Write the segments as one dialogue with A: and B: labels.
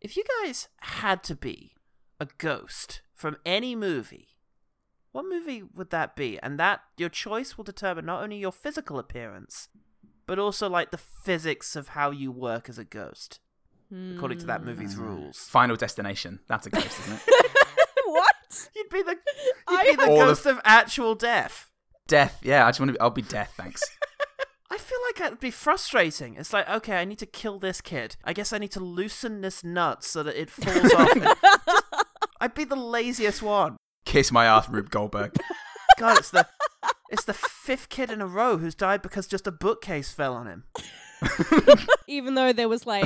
A: If you guys had to be a ghost from any movie, what movie would that be? And that your choice will determine not only your physical appearance, but also like the physics of how you work as a ghost, according to that movie's rules.
B: Final Destination. That's a ghost, isn't it?
C: what?
A: You'd be the
C: I
A: you'd be the
B: All of-
A: ghost of actual death.
B: death. Yeah, I just want to. Be, I'll be death. Thanks.
A: I feel like that'd be frustrating. It's like, okay, I need to kill this kid. I guess I need to loosen this nut so that it falls off. and- I'd be the laziest one.
B: Kiss my ass, Rube Goldberg.
A: God, it's the it's the fifth kid in a row who's died because just a bookcase fell on him.
C: Even though there was like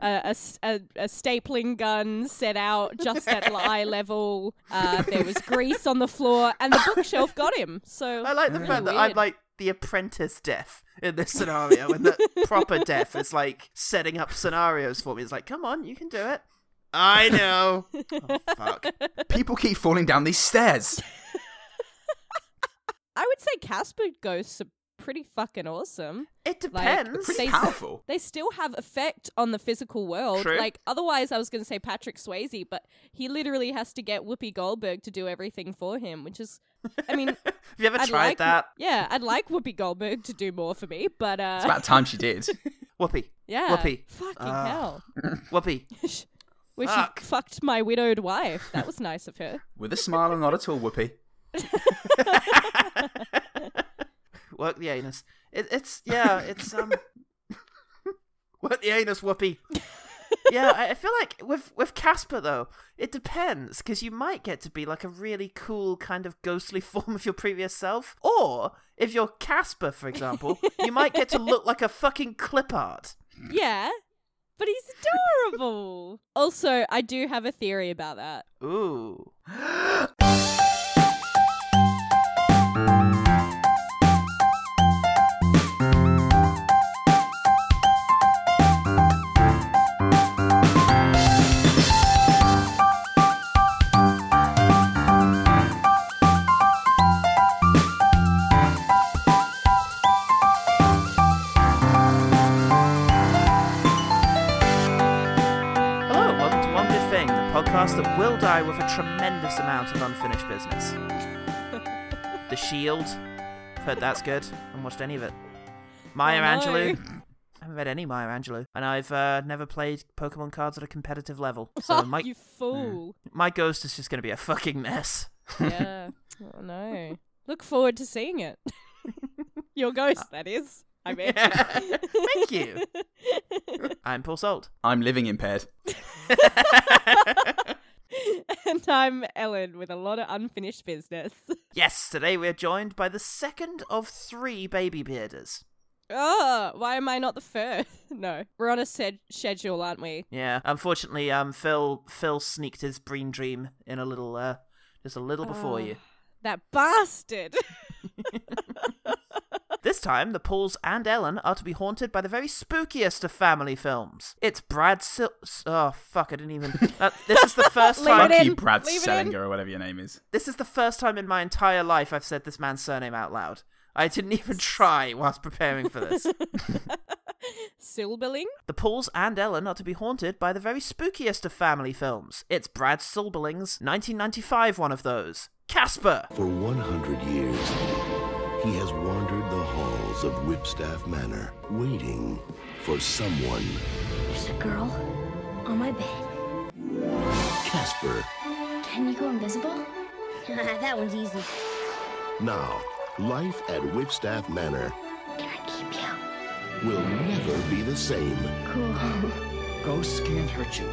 C: a, a s- a- a stapling gun set out just at eye level, uh, there was grease on the floor, and the bookshelf got him. So
A: I like the fact that I'm
C: Weird.
A: like the apprentice deaf in this scenario, and the proper deaf is like setting up scenarios for me. It's like, come on, you can do it. I know. Oh, fuck.
B: People keep falling down these stairs.
C: I would say Casper ghosts are pretty fucking awesome.
A: It
C: Like,
A: depends.
B: Pretty
C: They-
B: powerful.
C: They still have effect on the physical world.
A: True.
C: Like otherwise, I was going to say Patrick Swayze, but he literally has to get Whoopi Goldberg to do everything for him, which is, I mean,
A: Have you ever
C: I'd
A: tried
C: like-
A: that?
C: yeah, I'd like Whoopi Goldberg to do more for me, but uh,
B: It's about time she did.
A: Whoopee.
C: yeah,
A: Whoopi.
C: fucking
A: Ah.
C: hell,
A: Whoopee.
C: where
A: Fuck.
C: she fucked my widowed wife. That was nice of her.
B: With a smile and not at all, Whoopi.
A: Work the anus. It, it's yeah. It's um. work the anus, whoopee. yeah, I, I feel like with with Casper though, it depends because you might get to be like a really cool kind of ghostly form of your previous self, or if you're Casper, for example, you might get to look like a fucking clip art.
C: Yeah, but he's adorable. also, I do have a theory about that.
A: Ooh. Hello, welcome to One Good Thing, the podcast that will die with a tremendous amount of unfinished business. the Shield. I've heard that's good. I haven't watched any of it. Maya
C: Oh, no.
A: Angelou. I haven't read any Maya Angelou. And I've uh, never played Pokemon cards at a competitive level. So my,
C: Oh, you fool.
A: my ghost is just going to be a fucking mess.
C: Yeah. Oh no. Look forward to seeing it. Your ghost, that is. I mean.
A: Thank you. I'm Paul Salt.
B: I'm living impaired.
C: and I'm Ellen with a lot of unfinished business.
A: Yes, today we're joined by the second of three baby bearders.
C: Oh, why am I not the first? No. We're on a sed- schedule, aren't we?
A: Yeah, unfortunately, um, Phil Phil sneaked his Breen Dream in a little, uh, just a little before
C: Ah.
A: you.
C: That bastard. Ah.
A: This time, the Pauls and Ellen are to be haunted by the very spookiest of family films. It's Brad Sil- s- Oh fuck! I didn't even. Uh, this is the first
C: Leave it
A: time.
C: in.
B: Funky Brad
C: Leave it
B: Selinger or whatever your name is.
A: This is the first time in my entire life I've said this man's surname out loud. I didn't even try whilst preparing for this.
C: Silberling?
A: The Pauls and Ellen are to be haunted by the very spookiest of family films. It's Brad Silberling's 1995 one of those, Casper.
D: For 100 years, he has wandered the halls of Whipstaff Manor, waiting for someone.
E: There's a girl on my bed.
D: Casper.
E: Can you go invisible? that one's easy.
D: Now, life at Whipstaff Manor
E: Can I keep you?
D: will never be the same.
E: Cool.
F: Ghosts can't hurt you.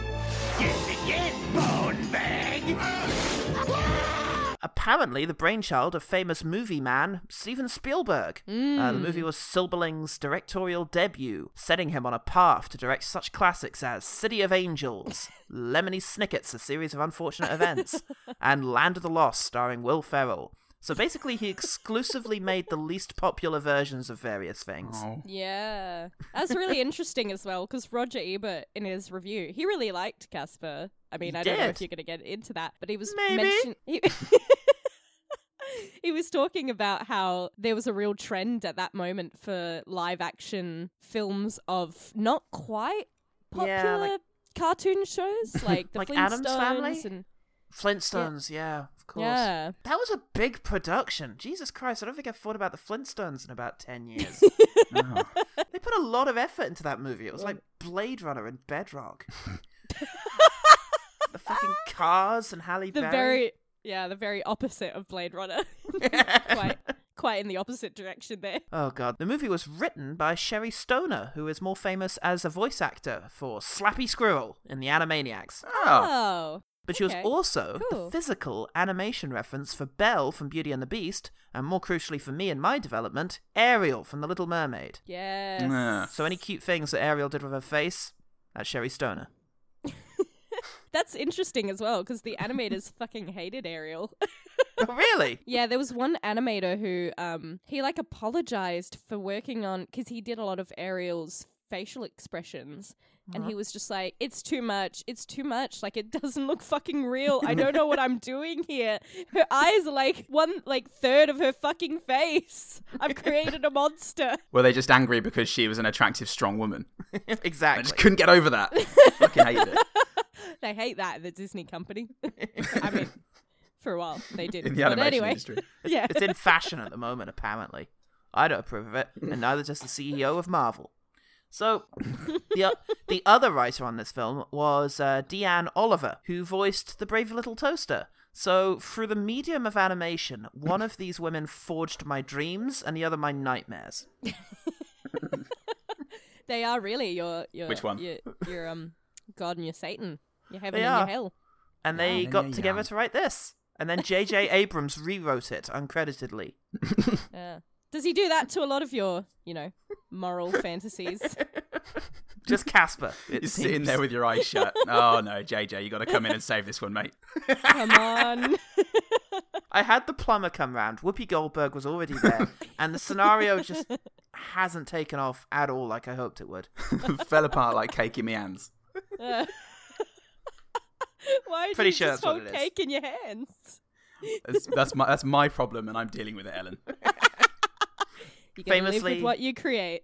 A: apparently the brainchild of famous movie man Steven Spielberg. Uh, the movie was Silberling's directorial debut, setting him on a path to direct such classics as City of Angels, Lemony Snicket's A Series of Unfortunate Events, and Land of the Lost, starring Will Ferrell. So basically, he exclusively made the least popular versions of various things.
C: Oh. Yeah. That's really interesting as well because Roger Ebert, in his review, he really liked Casper. I mean,
A: He
C: I don't know if
A: did.
C: you're going to get into that, but he was
A: Maybe.
C: mention- He- He was talking about how there was a real trend at that moment for live action films of not quite popular
A: Yeah, like-
C: cartoon shows like the
A: Like
C: Flintstones
A: Addams Family?
C: and
A: Flintstones, yeah. of course.
C: yeah.
A: That was a big production. Jesus Christ, I don't think I've thought about the Flintstones in about 10 years.
B: Oh.
A: they put a lot of effort into that movie. It was like Blade Runner and Bedrock. the fucking cars and Halle
C: The
A: Berry.
C: very yeah, the very opposite of Blade Runner. quite quite in the opposite direction there.
A: Oh god. The movie was written by Sherry Stoner, who is more famous as a voice actor for Slappy Squirrel in The Animaniacs.
B: oh.
C: Oh.
A: But she was
C: Okay.
A: also
C: Cool.
A: the physical animation reference for Belle from Beauty and the Beast, and more crucially for me in my development, Ariel from The Little Mermaid.
C: Yes.
B: Yeah.
A: So any cute things that Ariel did with her face, that's Sherry Stoner.
C: That's interesting as well because the animators fucking hated Ariel.
A: oh, really?
C: Yeah, there was one animator who um he like apologized for working on cuz he did a lot of Ariel's facial expressions and he was just like it's too much it's too much like it doesn't look fucking real i don't know what i'm doing here her eyes are like one like third of her fucking face i've created a monster
B: Were they just angry because she was an attractive, strong woman? I just
A: exactly.
B: couldn't get over that. Fucking hated it.
C: they hate that the disney company i mean for a while they did
B: In the
C: But
B: animation
C: anyway
B: industry.
C: yeah
A: It's in fashion at the moment, apparently. I don't approve of it, and neither does the CEO of Marvel. So, the, o- the other writer on this film was uh, Deanne Oliver, who voiced the Brave Little Toaster. So, through the medium of animation, one of these women forged my dreams and the other my nightmares.
C: They are really your your
B: Which one?
C: Your, your um God and your Satan. Your heaven
A: They
C: and
A: are.
C: your hell.
A: And they
B: Yeah,
A: got
B: yeah,
A: together
B: yeah.
A: to write this. And then J.J. Abrams rewrote it uncreditedly.
C: Yeah. Does he do that to a lot of your, you know, moral fantasies?
A: Just Casper. It
B: You're sitting
A: seems.
B: there with your eyes shut. Oh no, JJ, you got to come in and save this one, mate.
C: Come on.
A: I had the plumber come round. Whoopi Goldberg was already there, and the scenario just hasn't taken off at all like I hoped it would.
B: Fell apart like cake in my hands.
C: Uh, Why do
A: Pretty
C: you
A: sure
C: just
A: that's what
C: hold
A: it is.
C: cake in your hands?
B: That's, that's my that's my problem, and I'm dealing with it, Ellen.
C: You gotta live
A: Famously-
C: with what you create.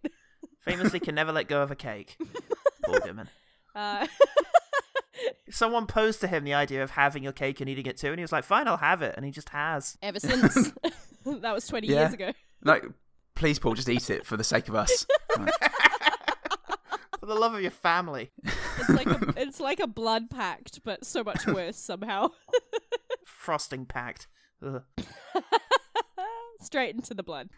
A: Famously, can never let go of a cake. Poor woman.
C: Uh,
A: Someone posed to him the idea of having your cake and eating it too, and he was like, "Fine, I'll have it," and he just has.
C: ever since. that was 20 years ago.
B: No, please, Paul, just eat it for the sake of us. Right.
A: For the love of your family.
C: It's like a, it's like a blood pact, but so much worse somehow.
A: Frosting packed. Ugh.
C: Straight into the blood.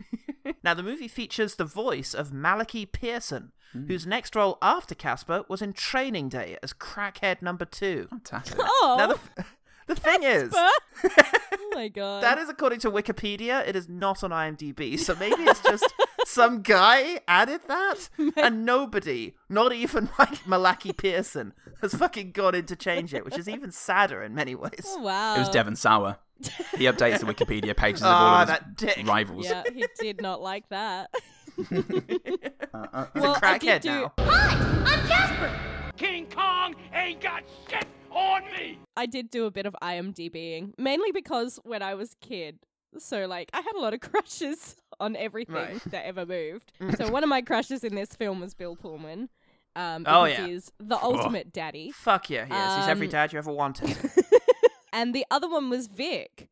A: Now, the movie features the voice of Malachi Pearson, whose next role after Casper was in Training Day as crackhead number two.
B: Fantastic.
C: Oh,
A: Now, the, f- the thing is,
C: oh my god.
A: That is according to Wikipedia. It is not on IMDb. So maybe it's just some guy added that, and nobody, not even like Malaki Pearson, has fucking gone in to change it, which is even sadder in many ways.
C: Oh, wow.
B: It was Devon Sauer. He updates the Wikipedia
C: Oh.
B: pages of all
A: Ah,
B: of his
A: that dick.
B: rivals.
C: Yeah, he did not like that.
A: He's
C: well,
A: a
C: I did
A: crackhead
C: do-
A: now.
G: King Kong ain't got shit on me!
C: I did do a bit of IMDBing, mainly because when I was a kid, so like I had a lot of crushes on everything
A: Right. Mm.
C: that ever moved. so one of my crushes in this film was Bill Pullman. Um,
A: Oh,
C: because
A: yeah.
C: he's the ultimate daddy,
A: Fuck yeah, he is. He's every
C: Um,
A: dad you ever wanted.
C: and the other one was Vic.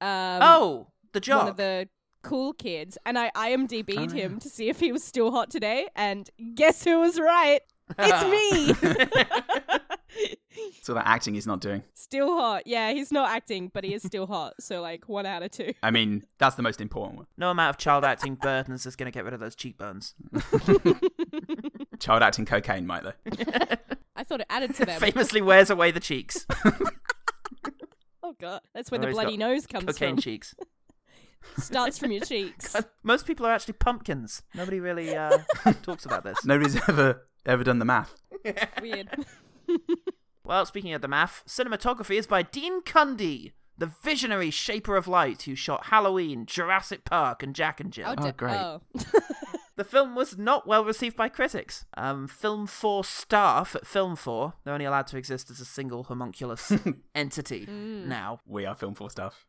C: Um,
A: oh, the
C: one of
A: job.
C: the cool kids, and I IMDb'd him to see if he was still hot today. And guess who was right? It's me.
B: So that acting is not doing.
C: still hot. Yeah, he's not acting, but he is still hot. So like one out of two.
B: I mean, that's the most important one.
A: No amount of child acting burdens is going to get rid of those cheekbones.
B: Child acting cocaine might though.
C: I thought it added to them.
A: Famously wears away the cheeks.
C: oh god, that's where the
A: Oh, he's
C: bloody
A: got
C: nose comes
A: Cocaine
C: from.
A: cheeks.
C: Starts from your cheeks.
A: Most people are actually pumpkins. Nobody really uh, talks about this.
B: Nobody's ever ever done the math.
C: Weird.
A: Well, speaking of the math, cinematography is by Dean Cundy, the visionary shaper of light who shot Halloween, Jurassic Park, and Jack and Jill.
C: How da-
B: great.
C: Oh.
A: The film was not well received by critics. Um, Film 4 staff at Film 4, they're only allowed to exist as a single homunculus entity now.
B: We are film for stuff.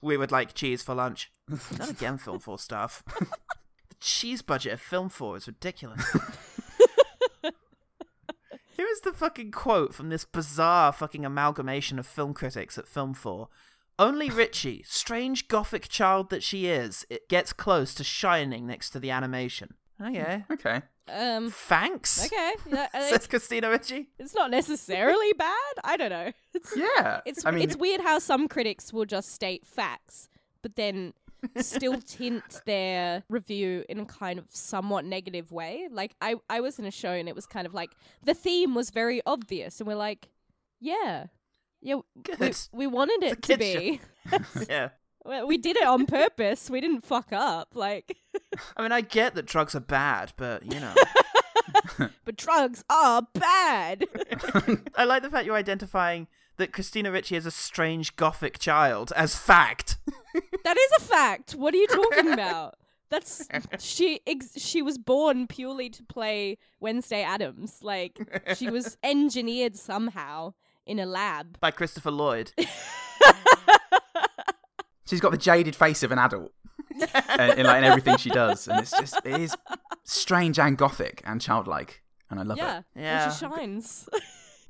A: We would like cheese for lunch. Not again, Film 4 staff. the cheese budget of Film 4 is ridiculous. is the fucking quote from this bizarre fucking amalgamation of film critics at Film 4? Only Richie, strange gothic child that she is, it gets close to shining next to the animation. Okay.
B: Okay.
C: Um,
A: Thanks.
C: okay. Yeah, uh,
A: Says
C: it's,
A: Christina Ritchie.
C: it's not necessarily bad. I don't know. It's
B: Yeah.
C: it's
B: I mean,
C: it's weird how some critics will just state facts, but then still tint their review in a kind of somewhat negative way. Like I I was in a show and it was kind of like the theme was very obvious, and we're like, yeah, yeah, we,
A: Good.
C: we wanted it
A: It's a
C: to
A: kid's
C: be.
A: Yeah.
C: We- We did it on purpose. We didn't fuck up. Like,
A: I mean, I get that drugs are bad, but you know,
C: but drugs are bad.
A: I like the fact you're identifying that Christina Ritchie is a strange gothic child as fact.
C: That is a fact. What are you talking about? That's she. Ex- she was born purely to play Wednesday Adams. Like she was engineered somehow in a lab.
A: by Christopher Lloyd.
B: she's got the jaded face of an adult in, in, like, in everything she does, and it's just it is strange and gothic and childlike, and I love
C: yeah,
B: it.
A: Yeah.
C: And she shines.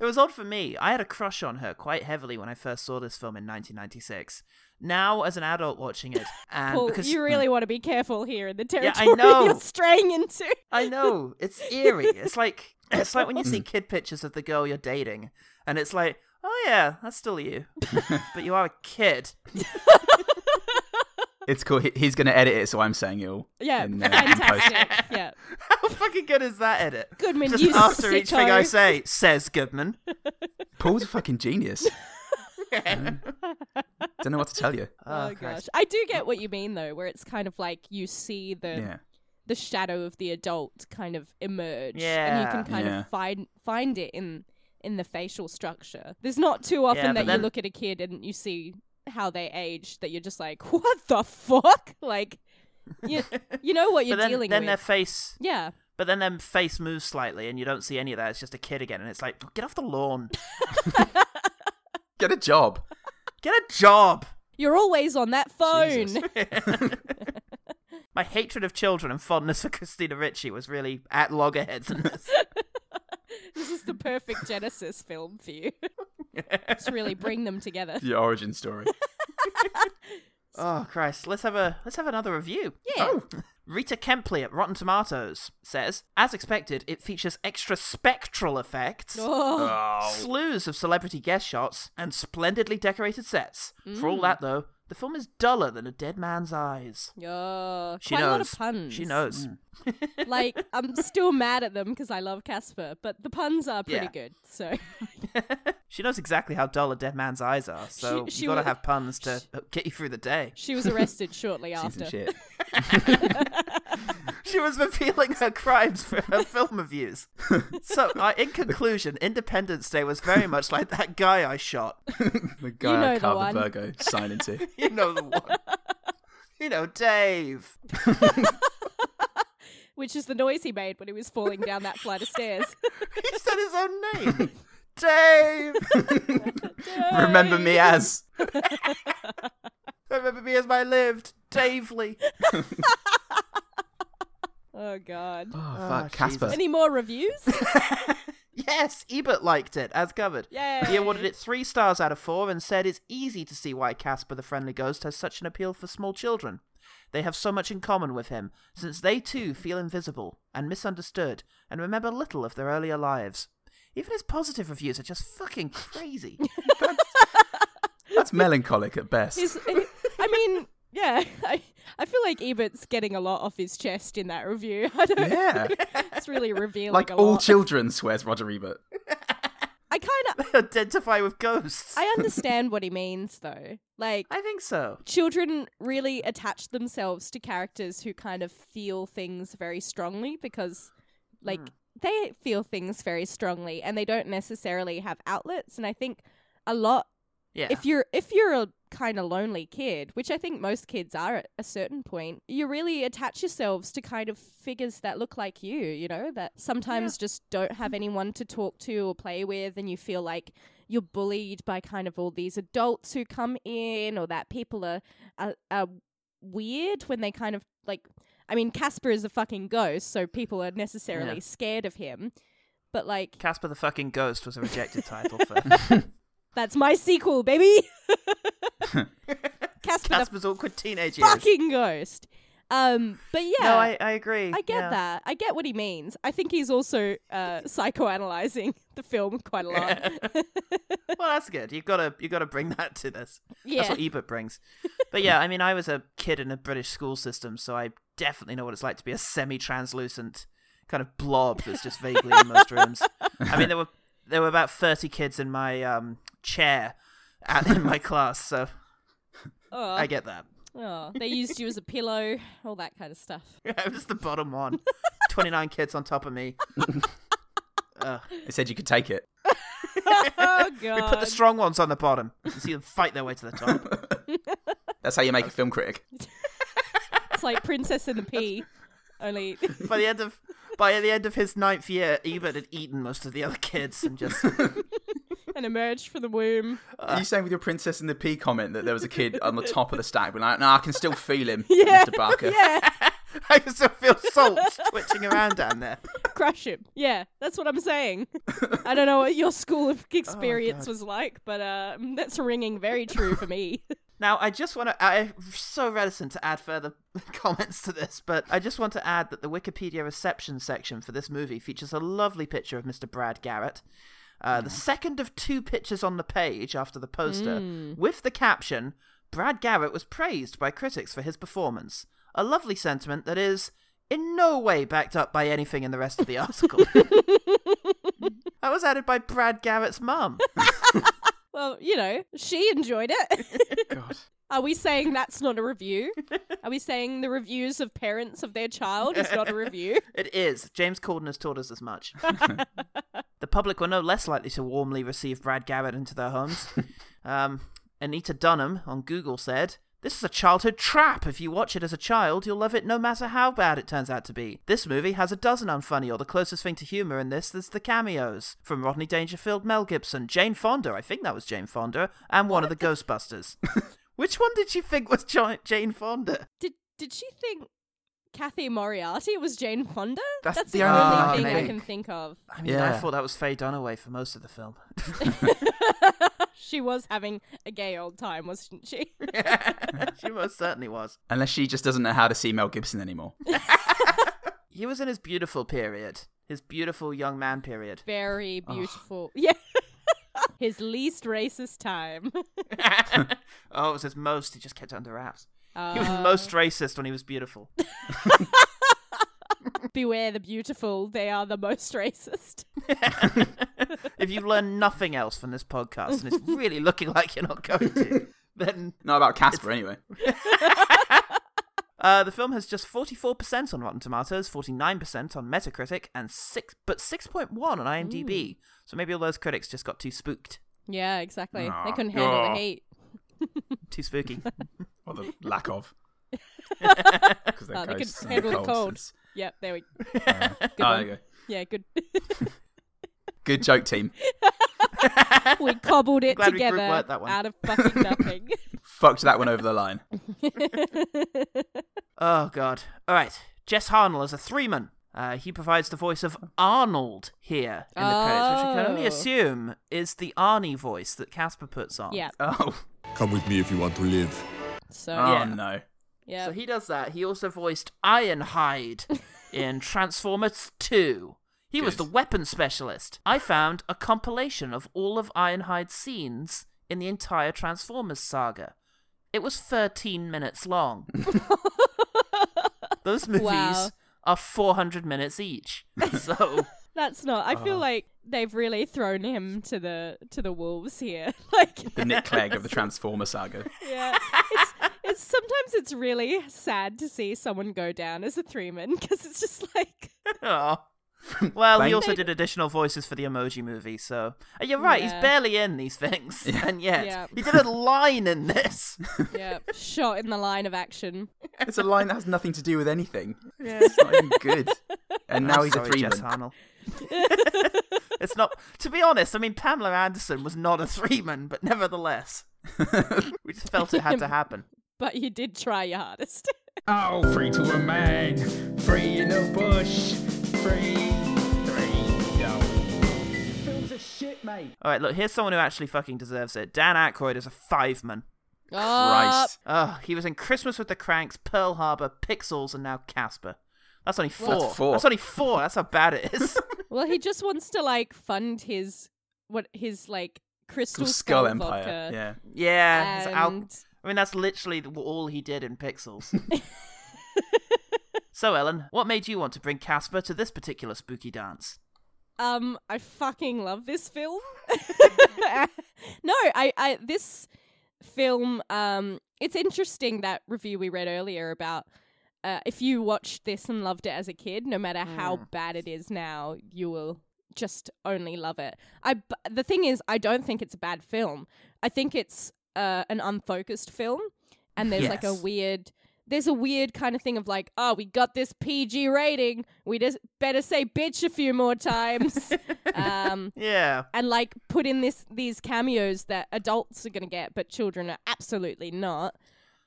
A: It was odd for me. I had a crush on her quite heavily when I first saw this film in 1996. Now, as an adult watching it, and
C: Paul,
A: because
C: you really want to be careful here in the
A: Yeah,
C: territory
A: I know.
C: you're straying into.
A: I know it's eerie. It's like it's like when you see kid pictures of the girl you're dating, and it's like, oh yeah, that's still you, but you are a kid.
B: It's cool. He, he's going to edit it, so I'm saying it all.
C: Yeah,
B: in, uh, in post.
C: fantastic. yeah,
A: How fucking good is that edit?
C: Goodman,
A: Just
C: you
A: after each thing I
C: sicko.
A: say, says Goodman.
B: Paul's a fucking genius. Um, don't know what to tell you.
C: Oh, gosh, I do get what you mean though, where it's kind of like you see the
B: Yeah.
C: the shadow of the adult kind of emerge and you
A: Yeah.
C: can kind
B: Yeah.
C: of find find it in in the facial structure there's not too often
A: Yeah, but
C: that
A: then-
C: you look at a kid and you see how they age that you're just like what the fuck like you, you know what you're
A: but then,
C: dealing
A: then
C: with
A: their face,
C: yeah
A: but then their face moves slightly, and you don't see any of that. It's just a kid again, and it's like, get off the lawn,
B: Get a job.
A: get a job.
C: you're always on that phone
B: Jesus.
A: My hatred of children and fondness for Christina Ritchie was really at loggerheads in this.
C: this is the perfect genesis film for you just really bring them together
B: The origin story.
A: oh Christ, let's have a let's have another review. Oh.
C: Yeah.
A: Rita Kempley at Rotten Tomatoes says, as expected, it features extra spectral effects,
C: oh
A: slews of celebrity guest shots, and splendidly decorated sets. For
C: Mm.
A: all that, though, the film is duller than a dead man's eyes.
C: yeah.
A: She
C: quite
A: knows.
C: a lot of puns Mm.
A: She knows.
C: like I'm still mad at them because I love Casper, but the puns are pretty
A: Yeah.
C: good. So
A: She knows exactly how dull a dead man's eyes are. So
C: she
A: you gotta
C: wa-
A: have puns to uh, get you through the day.
C: she was arrested shortly
B: She's
C: after.
B: some shit.
A: She was revealing her crimes for her film reviews. So, uh, in conclusion, Independence Day was very much like that guy I shot.
B: The guy
C: know
B: I
C: the
B: carved
C: one.
B: the Virgo sign into.
A: You know the one. You know, Dave.
C: Which is the noise he made when he was falling down that flight of stairs.
A: He said his own name. Dave.
B: Remember me as.
A: Remember me as I lived. Davely.
C: Oh god.
B: Oh, fuck. Casper.
C: Any more reviews?
A: Yes, Ebert liked it, as covered.
C: Yay.
A: He awarded it three stars out of four and said it's easy to see why Casper the Friendly Ghost has such an appeal for small children. They have so much in common with him, since they too feel invisible and misunderstood and remember little of their earlier lives. Even his positive reviews are just fucking crazy.
B: That's melancholic at best.
C: His, eh, I mean, yeah. I, I feel like Ebert's getting a lot off his chest in that review. I don't
B: yeah.
C: It's really revealing
B: Like
C: a
B: all
C: lot.
B: children, swears Roger Ebert.
C: I kind of
A: Identify with ghosts.
C: I understand what he means though. Like
A: I think so.
C: children really attach themselves to characters who kind of feel things very strongly because like they feel things very strongly and they don't necessarily have outlets and i think a lot
A: Yeah.
C: if you're if you're a kind of lonely kid which i think most kids are at a certain point you really attach yourselves to kind of figures that look like you you know that sometimes just don't have
A: Mm-hmm.
C: anyone to talk to or play with and you feel like you're bullied by kind of all these adults who come in or that people are are, are weird when they kind of like I mean Casper is a fucking ghost so people are necessarily
A: Yeah.
C: scared of him But like,
A: Casper the fucking Ghost was a rejected title for
C: that's my sequel, baby. Casper the
A: Casper's awkward teenage years.
C: fucking ghost. Um, but yeah,
A: No, I, I agree.
C: I get
A: yeah.
C: that. I get what he means. I think he's also uh, psychoanalyzing the film quite a lot.
A: Well, that's good. You've got to you have got to bring that to this.
C: Yeah.
A: That's what Ebert brings. But yeah, I mean, I was a kid in a British school system, so I definitely know what it's like to be a semi-translucent kind of blob that's just vaguely in most rooms. I mean, there were there were about thirty kids in my um, chair at, in my class, so
C: Oh,
A: I get that.
C: oh, they used you as a pillow, all that kind of stuff.
A: I'm just the bottom one. Twenty nine kids on top of me.
B: They said you could take it.
C: Oh
A: We put the
C: god.
A: strong ones on the bottom and see them fight their way to the top.
B: That's how you make a film critic.
C: it's like Princess and the Pea. Only
A: by the end of by the end of his ninth year, Ebert had eaten most of the other kids and just
C: and emerged from the womb.
B: Are you saying with your Princess and the Pea comment that there was a kid on the top of the stack being like, no, I can still feel him, Mr. Barker.
C: Yeah.
A: I can still feel salt twitching around down there.
C: Crush him. Yeah, that's what I'm saying. I don't know what your school
A: Oh,
C: of experience was like, but uh, that's ringing very true for me.
A: Now, I just want to. I'm so reticent to add further comments to this, but I just want to add that the Wikipedia reception section for this movie features a lovely picture of Mr. Brad Garrett. Uh, the second of two pictures on the page after the poster, with the caption Brad Garrett was praised by critics for his performance. A lovely sentiment that is in no way backed up by anything in the rest of the article. that was added by Brad Garrett's mum.
C: Well, you know, she enjoyed it.
B: God.
C: Are we saying that's not a review? Are we saying the reviews of parents of their child is not a review?
A: It is. James Corden has taught us as much. the public were no less likely to warmly receive Brad Garrett into their homes. Um, Anita Dunham on Google said, This is a childhood trap. If you watch it as a child, you'll love it no matter how bad it turns out to be. This movie has a dozen unfunny, or the closest thing to humour in this is the cameos from Rodney Dangerfield, Mel Gibson, Jane Fonda, I think that was Jane Fonda, and one of the Ghostbusters. Which one did you think was Jo- Jane Fonda?
C: Did did she think Kathy Moriarty was Jane Fonda?
B: That's
C: the,
B: the
C: only
B: only
C: thing
B: thing I
C: I
B: can
C: can think of.
A: I mean, I
B: Yeah.
A: thought that was Faye Dunaway for most of the film.
C: She was having a gay old time, wasn't she?
A: she most certainly was.
B: Unless she just doesn't know how to see Mel Gibson anymore.
A: He was in his beautiful period, his beautiful young man period.
C: Very beautiful. Yeah. His least racist time.
A: oh, it was his most. He just kept it under wraps. He was
C: Uh,
A: most racist when he was beautiful.
C: beware the beautiful. They are the most racist.
A: if you learn nothing else from this podcast, and it's really looking like you're not going to, then
B: Not about Casper, anyway.
A: uh, the film has just 44% on Rotten Tomatoes, 49% on Metacritic, and six, but 6.1 on IMDb. So maybe all those critics just got too spooked,
C: Yeah, exactly.
B: Nah.
C: They couldn't handle
B: Nah.
C: the heat.
A: too spooky.
B: Or the lack of. Because
C: Oh, they could handle the cold. Yep, there we
B: Oh, there you go.
C: Yeah, good.
B: Good joke, team.
C: we cobbled it
A: Glad we group
C: together
A: worked that one.
C: out of fucking nothing.
B: Fucked that one over the line.
A: Oh God! All right, Jess Harnell is a three-man. Uh, he provides the voice of Arnold here in the credits, which we can only
C: Oh.
A: assume is the Arnie voice that Casper puts on.
C: yeah.
B: Oh,
D: Come with me if you want to live.
C: So
B: oh
A: Yeah.
B: no.
C: yeah.
A: So he does that. He also voiced Ironhide in Transformers 2. He was the
B: Good.
A: weapon specialist. I found a compilation of all of Ironhide's scenes in the entire Transformers saga. It was 13 minutes long. Those movies
C: Wow.
A: are 400 minutes each. So.
C: That's not. I
A: Oh.
C: feel like they've really thrown him to the to the wolves here. Like
B: The Nick Clegg of the Transformer saga.
C: yeah. It's, it's sometimes it's really sad to see someone go down as a three man because it's just like
A: Aw. Well, he
B: Thank-
A: also did additional voices for the Emoji Movie, so Uh, you're right.
C: Yeah.
A: He's barely in these things, and yet
C: Yeah.
A: he did a line in this.
C: yeah, shot in the line of action.
B: It's a line that has nothing to do with anything. It's not even good. And now
A: I'm
B: he's
A: sorry,
B: a three
A: Jess
B: man.
A: Harnell. it's not. To be honest, I mean Pamela Anderson was not a three-man, but nevertheless, we just felt it had to happen.
C: But you did try your hardest.
F: Oh, free to a man, free in the bush, free, free, yo. shit, mate.
A: All right, look, here's someone who actually fucking deserves it. Dan Aykroyd is a five man.
C: Uh,
B: Christ.
A: Oh, he was in Christmas with the Cranks, Pearl Harbor, Pixels, and now Casper. That's only four.
B: That's four.
A: That's only four. That's how bad it is.
C: Well, he just wants to like fund his what his like crystal
B: Skull,
C: skull,
B: Empire.
C: vodka.
B: Yeah.
A: yeah. it's al-
C: And-
A: I mean, that's literally th- all he did in Pixels. so, Ellen, what made you want to bring Casper to this particular spooky dance?
C: Um, I fucking love this film. no, I, I this film. Um, it's interesting that review we read earlier about. Uh, if you watched this and loved it as a kid, no matter how bad it is now, you will just only love it. I b- the thing is, I don't think it's a bad film. I think it's uh, an unfocused film, and there's like a
B: Yes.
C: weird, there's a weird kind of thing of like, oh, we got this PG rating, we just better say bitch a few more times,
B: Mm.
C: um,
A: Yeah.
C: and like put in this these cameos that adults are gonna get, but children are absolutely not.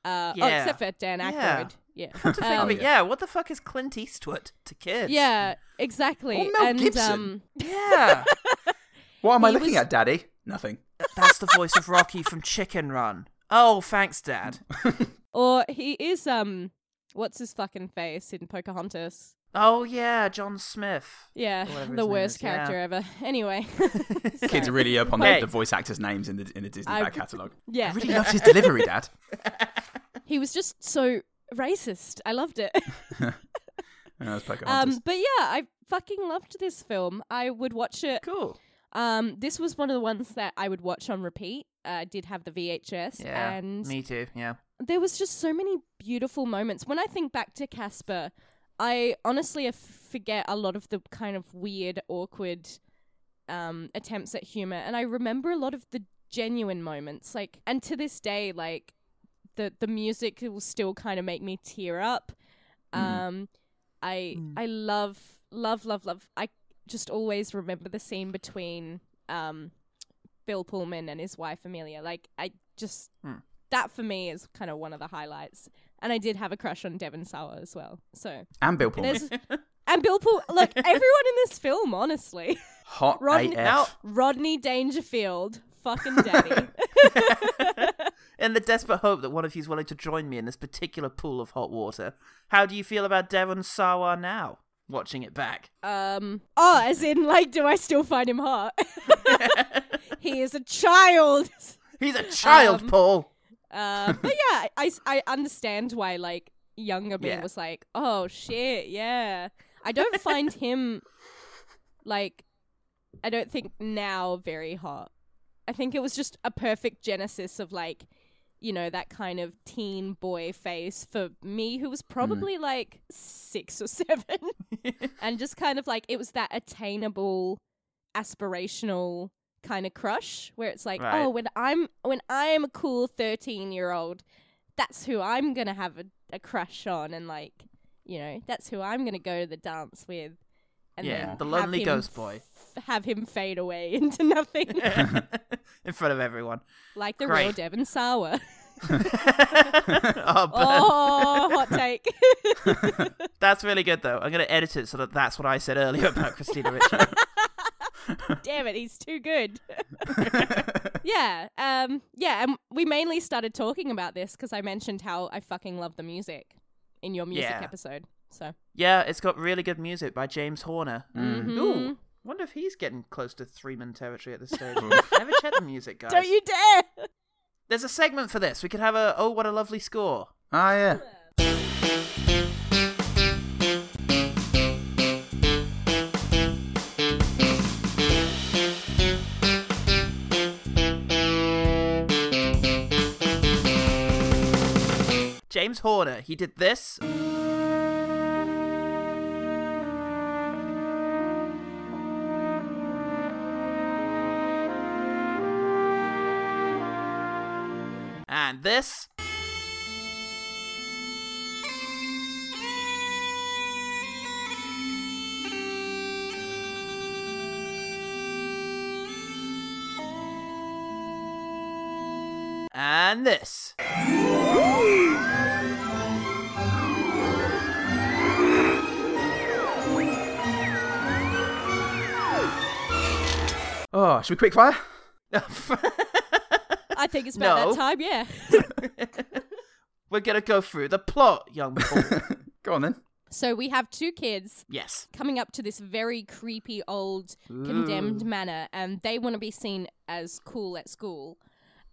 C: Uh, oh,
A: Yeah.
C: except for Dan
A: Yeah.
C: Aykroyd. Yeah.
A: I
C: Um,
A: mean, yeah, what the fuck is Clint Eastwood to kids?
C: yeah, exactly.
B: Or Mel
C: and
B: Gibson.
C: um
A: Yeah.
B: What am I
C: He
B: looking
C: was-
B: at, Daddy? Nothing.
A: That's the voice of Rocky from Chicken Run. Oh, thanks, Dad.
C: or he is um what's his fucking face in Pocahontas?
A: Oh, yeah, John Smith.
C: Yeah,
A: Or whatever his
C: the
A: name
C: worst
A: is, yeah.
C: character ever. Anyway.
B: Kids are
C: Sorry.
B: really up on
A: Hey.
B: the, the voice actors' names in the in the Disney
C: I-
B: back catalogue. I
C: Yeah.
B: really loved his delivery, Dad.
C: He was just so racist. I loved it.
B: No, it's Pocahontas.
C: um but yeah, I fucking loved this film. I would watch it
A: Cool.
C: Um, this was one of the ones that I would watch on repeat. Uh, I did have the VHS,
A: Yeah.
C: and
A: Me too, yeah.
C: there was just so many beautiful moments. When I think back to Casper, I honestly uh, forget a lot of the kind of weird, awkward um, attempts at humor, and I remember a lot of the genuine moments. Like, and to this day, like the the music will still kind of make me tear up. Um, I I love love love love. I just always remember the scene between um, Bill Pullman and his wife Amelia. Like, I just that for me is kind of one of the highlights. And I did have a crush on Devon Sawa as well. So
B: and Bill Pullman.
C: there's and Bill Pull look, everyone in this film, honestly.
B: Hot
C: Rodney
B: AF.
C: now Rodney Dangerfield, fucking daddy.
A: In the desperate hope that one of you's willing to join me in this particular pool of hot water, how do you feel about Devon Sawa now? Watching it back.
C: um Oh, as in like, do I still find him hot? he is a child.
A: He's a child,
C: Um,
A: Paul.
C: Uh, but yeah, I, I understand why like younger me
A: Yeah.
C: was like, oh shit, yeah. I don't find him like I don't think now very hot. I think it was just a perfect genesis of like, you know, that kind of teen boy face for me who was
A: Mm.
C: probably like six or seven. and just kind of like it was that attainable, aspirational kind of crush where it's like,
A: Right.
C: oh, when I'm when I'm a cool thirteen year old, that's who I'm gonna have a, a crush on and like, you know, that's who I'm gonna go to the dance with. And
A: Yeah,
C: then
A: the
C: have
A: lonely
C: him
A: ghost boy.
C: f- have him fade away into nothing,
A: in front of everyone.
C: like the real
A: Great.
C: Devon Sawa.
A: Oh, but
C: Oh, hot take.
A: that's really good though. I'm gonna edit it so that that's what I said earlier about Christina Ricci.
C: Damn it, he's too good. yeah, um, yeah, and we mainly started talking about this because I mentioned how I fucking love the music in your music
A: Yeah.
C: episode. So
A: yeah, it's got really good music by James Horner.
C: Mm-hmm.
A: Mm. Ooh, wonder if he's getting close to three-man territory at this stage. Never check the music, guys.
C: don't you dare.
A: There's a segment for this. We could have a oh, what a lovely score.
B: Ah, yeah.
A: James Horner, he did this. And this. And this.
B: Oh, Oh, should we quick fire?
C: I think it's about
A: No.
C: that time, yeah.
A: We're gonna go through the plot, young boy.
B: Go on then.
C: so we have two kids
A: yes.
C: coming up to this very creepy old condemned manor and they want to be seen as cool at school.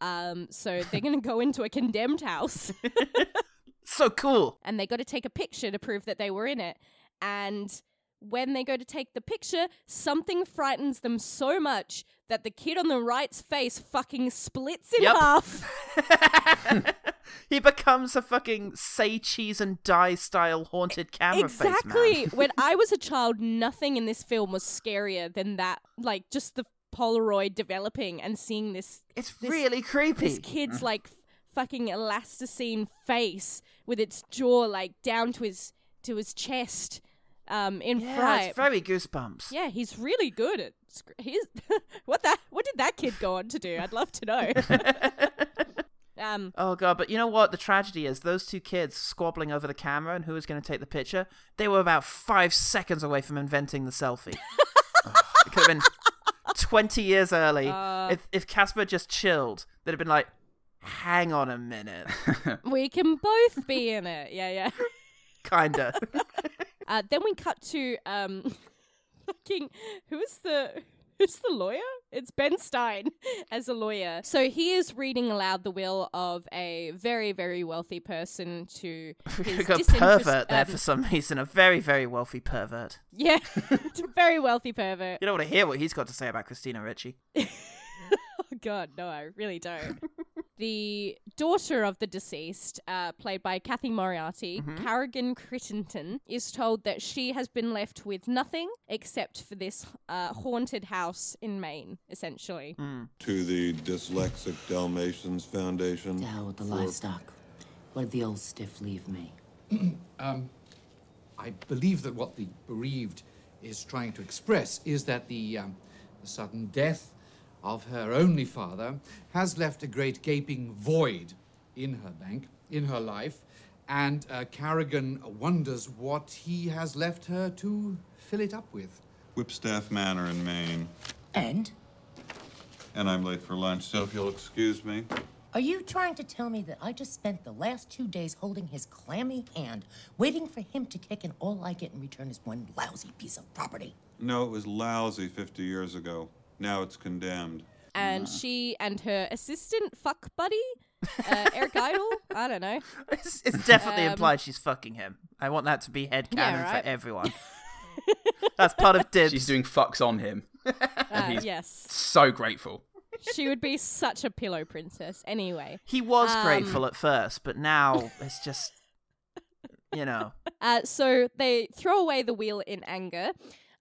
C: Um, so they're going to go into a condemned house
A: So cool.
C: and they got to take a picture to prove that they were in it. And when they go to take the picture, something frightens them so much that the kid on the right's face fucking splits in
A: Yep.
C: half.
A: He becomes a fucking say cheese and die style haunted camera face
C: exactly.
A: man.
C: when I was a child, nothing in this film was scarier than that. Like just the Polaroid developing and seeing this
A: It's
C: This-
A: really
C: this
A: creepy.
C: kid's like f- fucking elasticine face with its jaw like down to his to his chest um in
A: yeah,
C: fright.
A: it's very goosebumps.
C: Yeah, he's really good at. sc- He's what that? What did that kid go on to do? I'd love to know. um,
A: Oh god, but you know what? The tragedy is those two kids squabbling over the camera and who was going to take the picture. They were about five seconds away from inventing the selfie. it could have been twenty years early.
C: Uh.
A: if if Casper just chilled, they'd have been like, "Hang on a minute,
C: we can both be in it. Yeah, yeah.
A: kinda."
C: Uh, then we cut to um, fucking who's the who's the lawyer? It's Ben Stein as a lawyer. So he is reading aloud the will of a very very wealthy person to
A: We
C: his
A: got
C: disinterest-
A: pervert there
C: um,
A: for some reason. A very very wealthy pervert.
C: yeah, to very wealthy pervert.
A: You don't want to hear what he's got to say about Christina Ricci.
C: Oh God, no, I really don't. the daughter of the deceased, uh, played by Kathy Moriarty, Carrigan Crittenton, is told that she has been left with nothing except for this uh, haunted house in Maine, essentially.
H: to the Dyslexic Dalmatians Foundation.
I: Dow with the livestock. What did the old stiff leave me?
F: I believe that what the bereaved is trying to express is that the, um, the sudden death of her only father has left a great gaping void in her bank, in her life, and uh, Carrigan wonders what he has left her to fill it up with.
H: Whipstaff Manor in Maine.
I: And?
H: And I'm late for lunch, so if you'll excuse me.
I: Are you trying to tell me that I just spent the last two days holding his clammy hand, waiting for him to kick, and all I get in return is one lousy piece of property?
H: No, it was lousy 50 years ago. Now it's condemned.
C: And she and her assistant, fuck buddy, uh, Eric Idle, I don't know,
A: It's, it's definitely implied she's fucking him. I want that to be headcanon
C: Um, Yeah, right.
A: for everyone. That's part of dibs.
B: She's doing fucks on him.
C: uh, yes,
B: So grateful.
C: she would be such a pillow princess. Anyway,
A: He was
C: Um,
A: grateful at first, but now it's just, you know,
C: Uh, so they throw away the wheel in anger,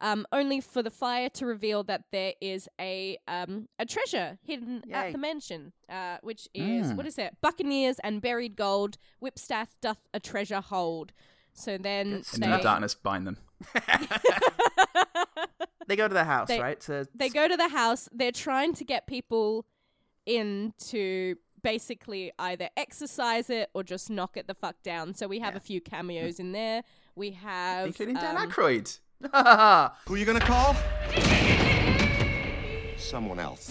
C: um, only for the fire to reveal that there is a um, a treasure hidden
A: Yay. Mm.
C: at the mansion, uh, which is what is it? Buccaneers and buried gold. Whipstaff doth a treasure hold. So then
A: Good
B: And in the
C: they,
A: stuff.
B: darkness, bind them.
A: they go to the house,
C: They-
A: right? To
C: they go to the house. They're trying to get people in to basically either exercise it or just knock it the fuck down. So we have a few cameos in there. We have
B: Including Dan
C: um,
B: Aykroyd.
H: Who are you gonna call?
D: Someone else.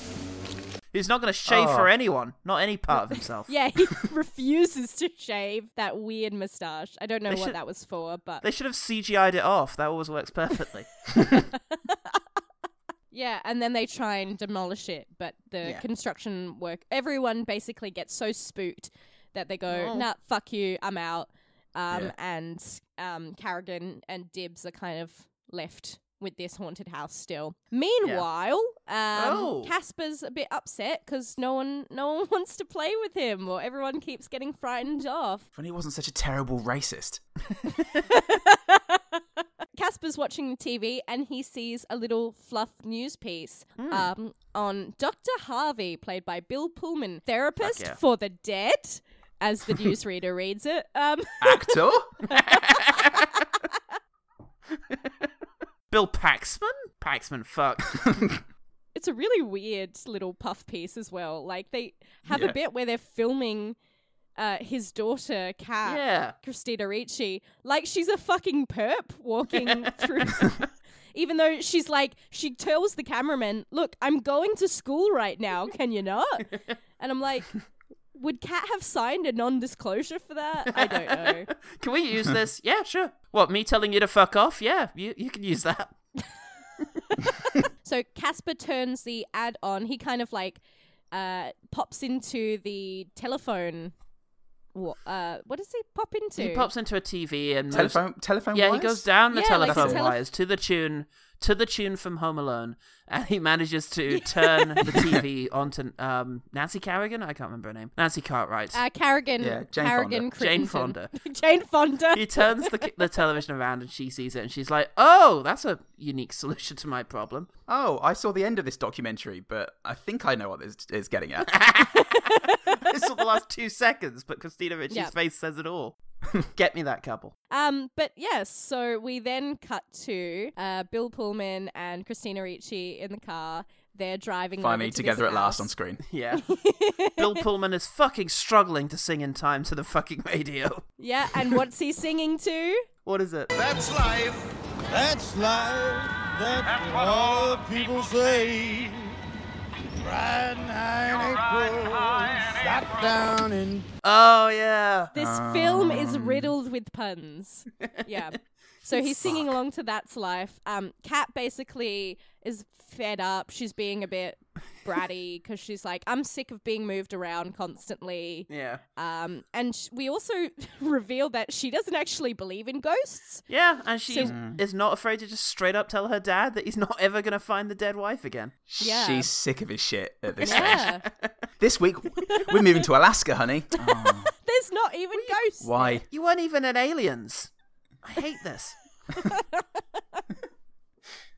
A: He's not going to shave for anyone, not any part of himself.
C: Yeah, he refuses to shave that weird moustache. I don't know
A: They
C: what
A: should-
C: that was for, but
A: They should have CGI'd it off. That always works perfectly.
C: yeah, and then they try and demolish it, but the
A: Yeah.
C: construction work everyone basically gets so spooked that they go, "Nah, fuck you, I'm out." Um
B: Yeah.
C: and um Carrigan and Dibs are kind of left with this haunted house still. Meanwhile, um
A: Oh.
C: Casper's a bit upset cuz no one no one wants to play with him or everyone keeps getting frightened off.
B: If only he wasn't such a terrible racist.
C: Casper's watching the TV and he sees a little fluff news piece
A: Hmm.
C: um, on Dr. Harvey, played by Bill Pullman, therapist
A: Fuck yeah.
C: for the dead, as the newsreader reads it. Um,
B: Actor?
A: Bill Paxman? Paxman, fuck.
C: it's a really weird little puff piece as well. Like they have
B: Yeah.
C: a bit where they're filming uh, his daughter, Kat,
A: Yeah.
C: Christina Ricci, like she's a fucking perp walking through. Even though she's like, she tells the cameraman, "Look, I'm going to school right now. Can you not?" And I'm like, would Kat have signed a non-disclosure for that? I don't know.
A: Can we use this? Yeah, sure. What, me telling you to fuck off? Yeah, you, you can use that.
C: So Casper turns the ad on. He kind of like uh, pops into the telephone. wha- Uh, what does he pop into?
A: He pops into a TV and moves-
B: telephone telephone
A: yeah,
B: wires?
A: he goes down the
C: Yeah, like the
A: telephone
C: tele-
A: wires to the tune to the tune from Home Alone, and he manages to turn the TV onto um, Nancy Carrigan. I can't remember her name. Nancy Cartwright.
C: uh, Carrigan.
B: Yeah, Jane
C: Carrigan
B: Fonda.
A: Jane
C: Crittenton.
A: Fonda.
C: Jane Fonda.
A: he turns the the television around and she sees it and she's like, "Oh, that's a unique solution to my problem."
B: Oh, I saw the end of this documentary, but I think I know what this is getting at.
A: This is the last two seconds, but Christina Ricci's
C: Yeah.
A: face says it all. Get me that couple.
C: Um, but yes, so we then cut to uh, Bill Pullman and Christina Ricci in the car. They're driving over
B: Finally
C: to
B: together
C: this
B: at last on
C: house.
B: screen.
A: Yeah. Bill Pullman is fucking struggling to sing in time to the fucking radio.
C: Yeah, and what's he singing to?
A: What is it?
G: That's life.
D: That's life. That's
G: what all people
D: say. Ride high
G: Ride high and April.
D: down and
A: Oh yeah.
C: This film is riddled with puns. Yeah. So he's singing along to That's Life. Um, Kat basically is fed up. She's being a bit bratty because she's like, I'm sick of being moved around constantly.
A: Yeah.
C: Um, and sh- we also reveal that she doesn't actually believe in ghosts.
A: Yeah, and she is not afraid to just straight up tell her dad that he's not ever going to find the dead wife again.
C: Yeah.
B: She's sick of his shit at this stage.
C: Yeah.
B: This week, we're moving to Alaska, honey. Oh,
C: There's not even ghosts.
B: why?
A: You weren't even in Aliens. I hate this.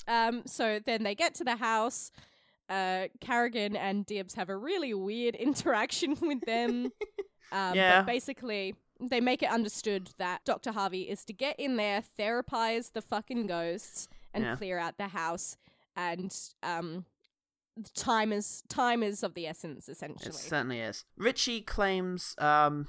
C: Um, so then they get to the house. Uh, Carrigan and Dibs have a really weird interaction with them. um,
A: Yeah.
C: But basically, they make it understood that Dr. Harvey is to get in there, therapize the fucking ghosts, and
A: Yeah.
C: clear out the house. And um, the time is time is of the essence, essentially.
A: It certainly is. Richie claims um,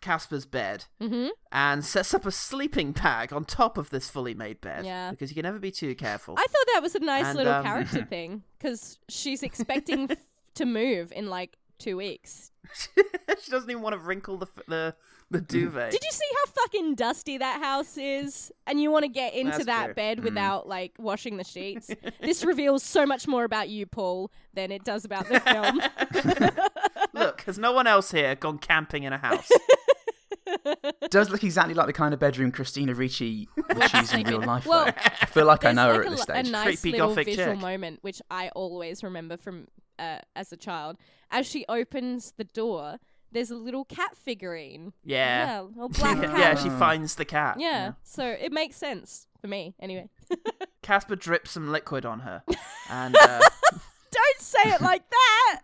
A: Casper's bed
C: Mm-hmm.
A: and sets up a sleeping bag on top of this fully made bed.
C: Yeah.
A: Because you can never be too careful.
C: I thought that was a nice
A: And,
C: little
A: um,
C: character thing because she's expecting f- to move in like two weeks
A: she doesn't even want to wrinkle the f- the, the duvet.
C: Did you see how fucking dusty that house is? And you want to get into
A: That's
C: that
A: true.
B: Mm.
C: bed without like washing the sheets. this reveals so much more about you, Paul, than it does about the film.
A: Look, has no one else here gone camping in a house?
B: Does look exactly like the kind of bedroom Christina Ricci would choose in real life.
C: Well,
B: though. I feel like I
C: There's,
B: know
C: like,
B: her
C: a,
B: at this
C: li- a
B: stage.
C: nice
A: Creepy
C: little
A: gothic
C: visual
A: chick.
C: moment, which I always remember from uh, as a child. As she opens the door, there's a little cat figurine.
A: Yeah.
C: Yeah, a little black cat.
A: yeah, she finds the cat.
C: yeah, so it makes sense for me anyway.
A: Casper drips some liquid on her. And uh,
C: Don't say it like that.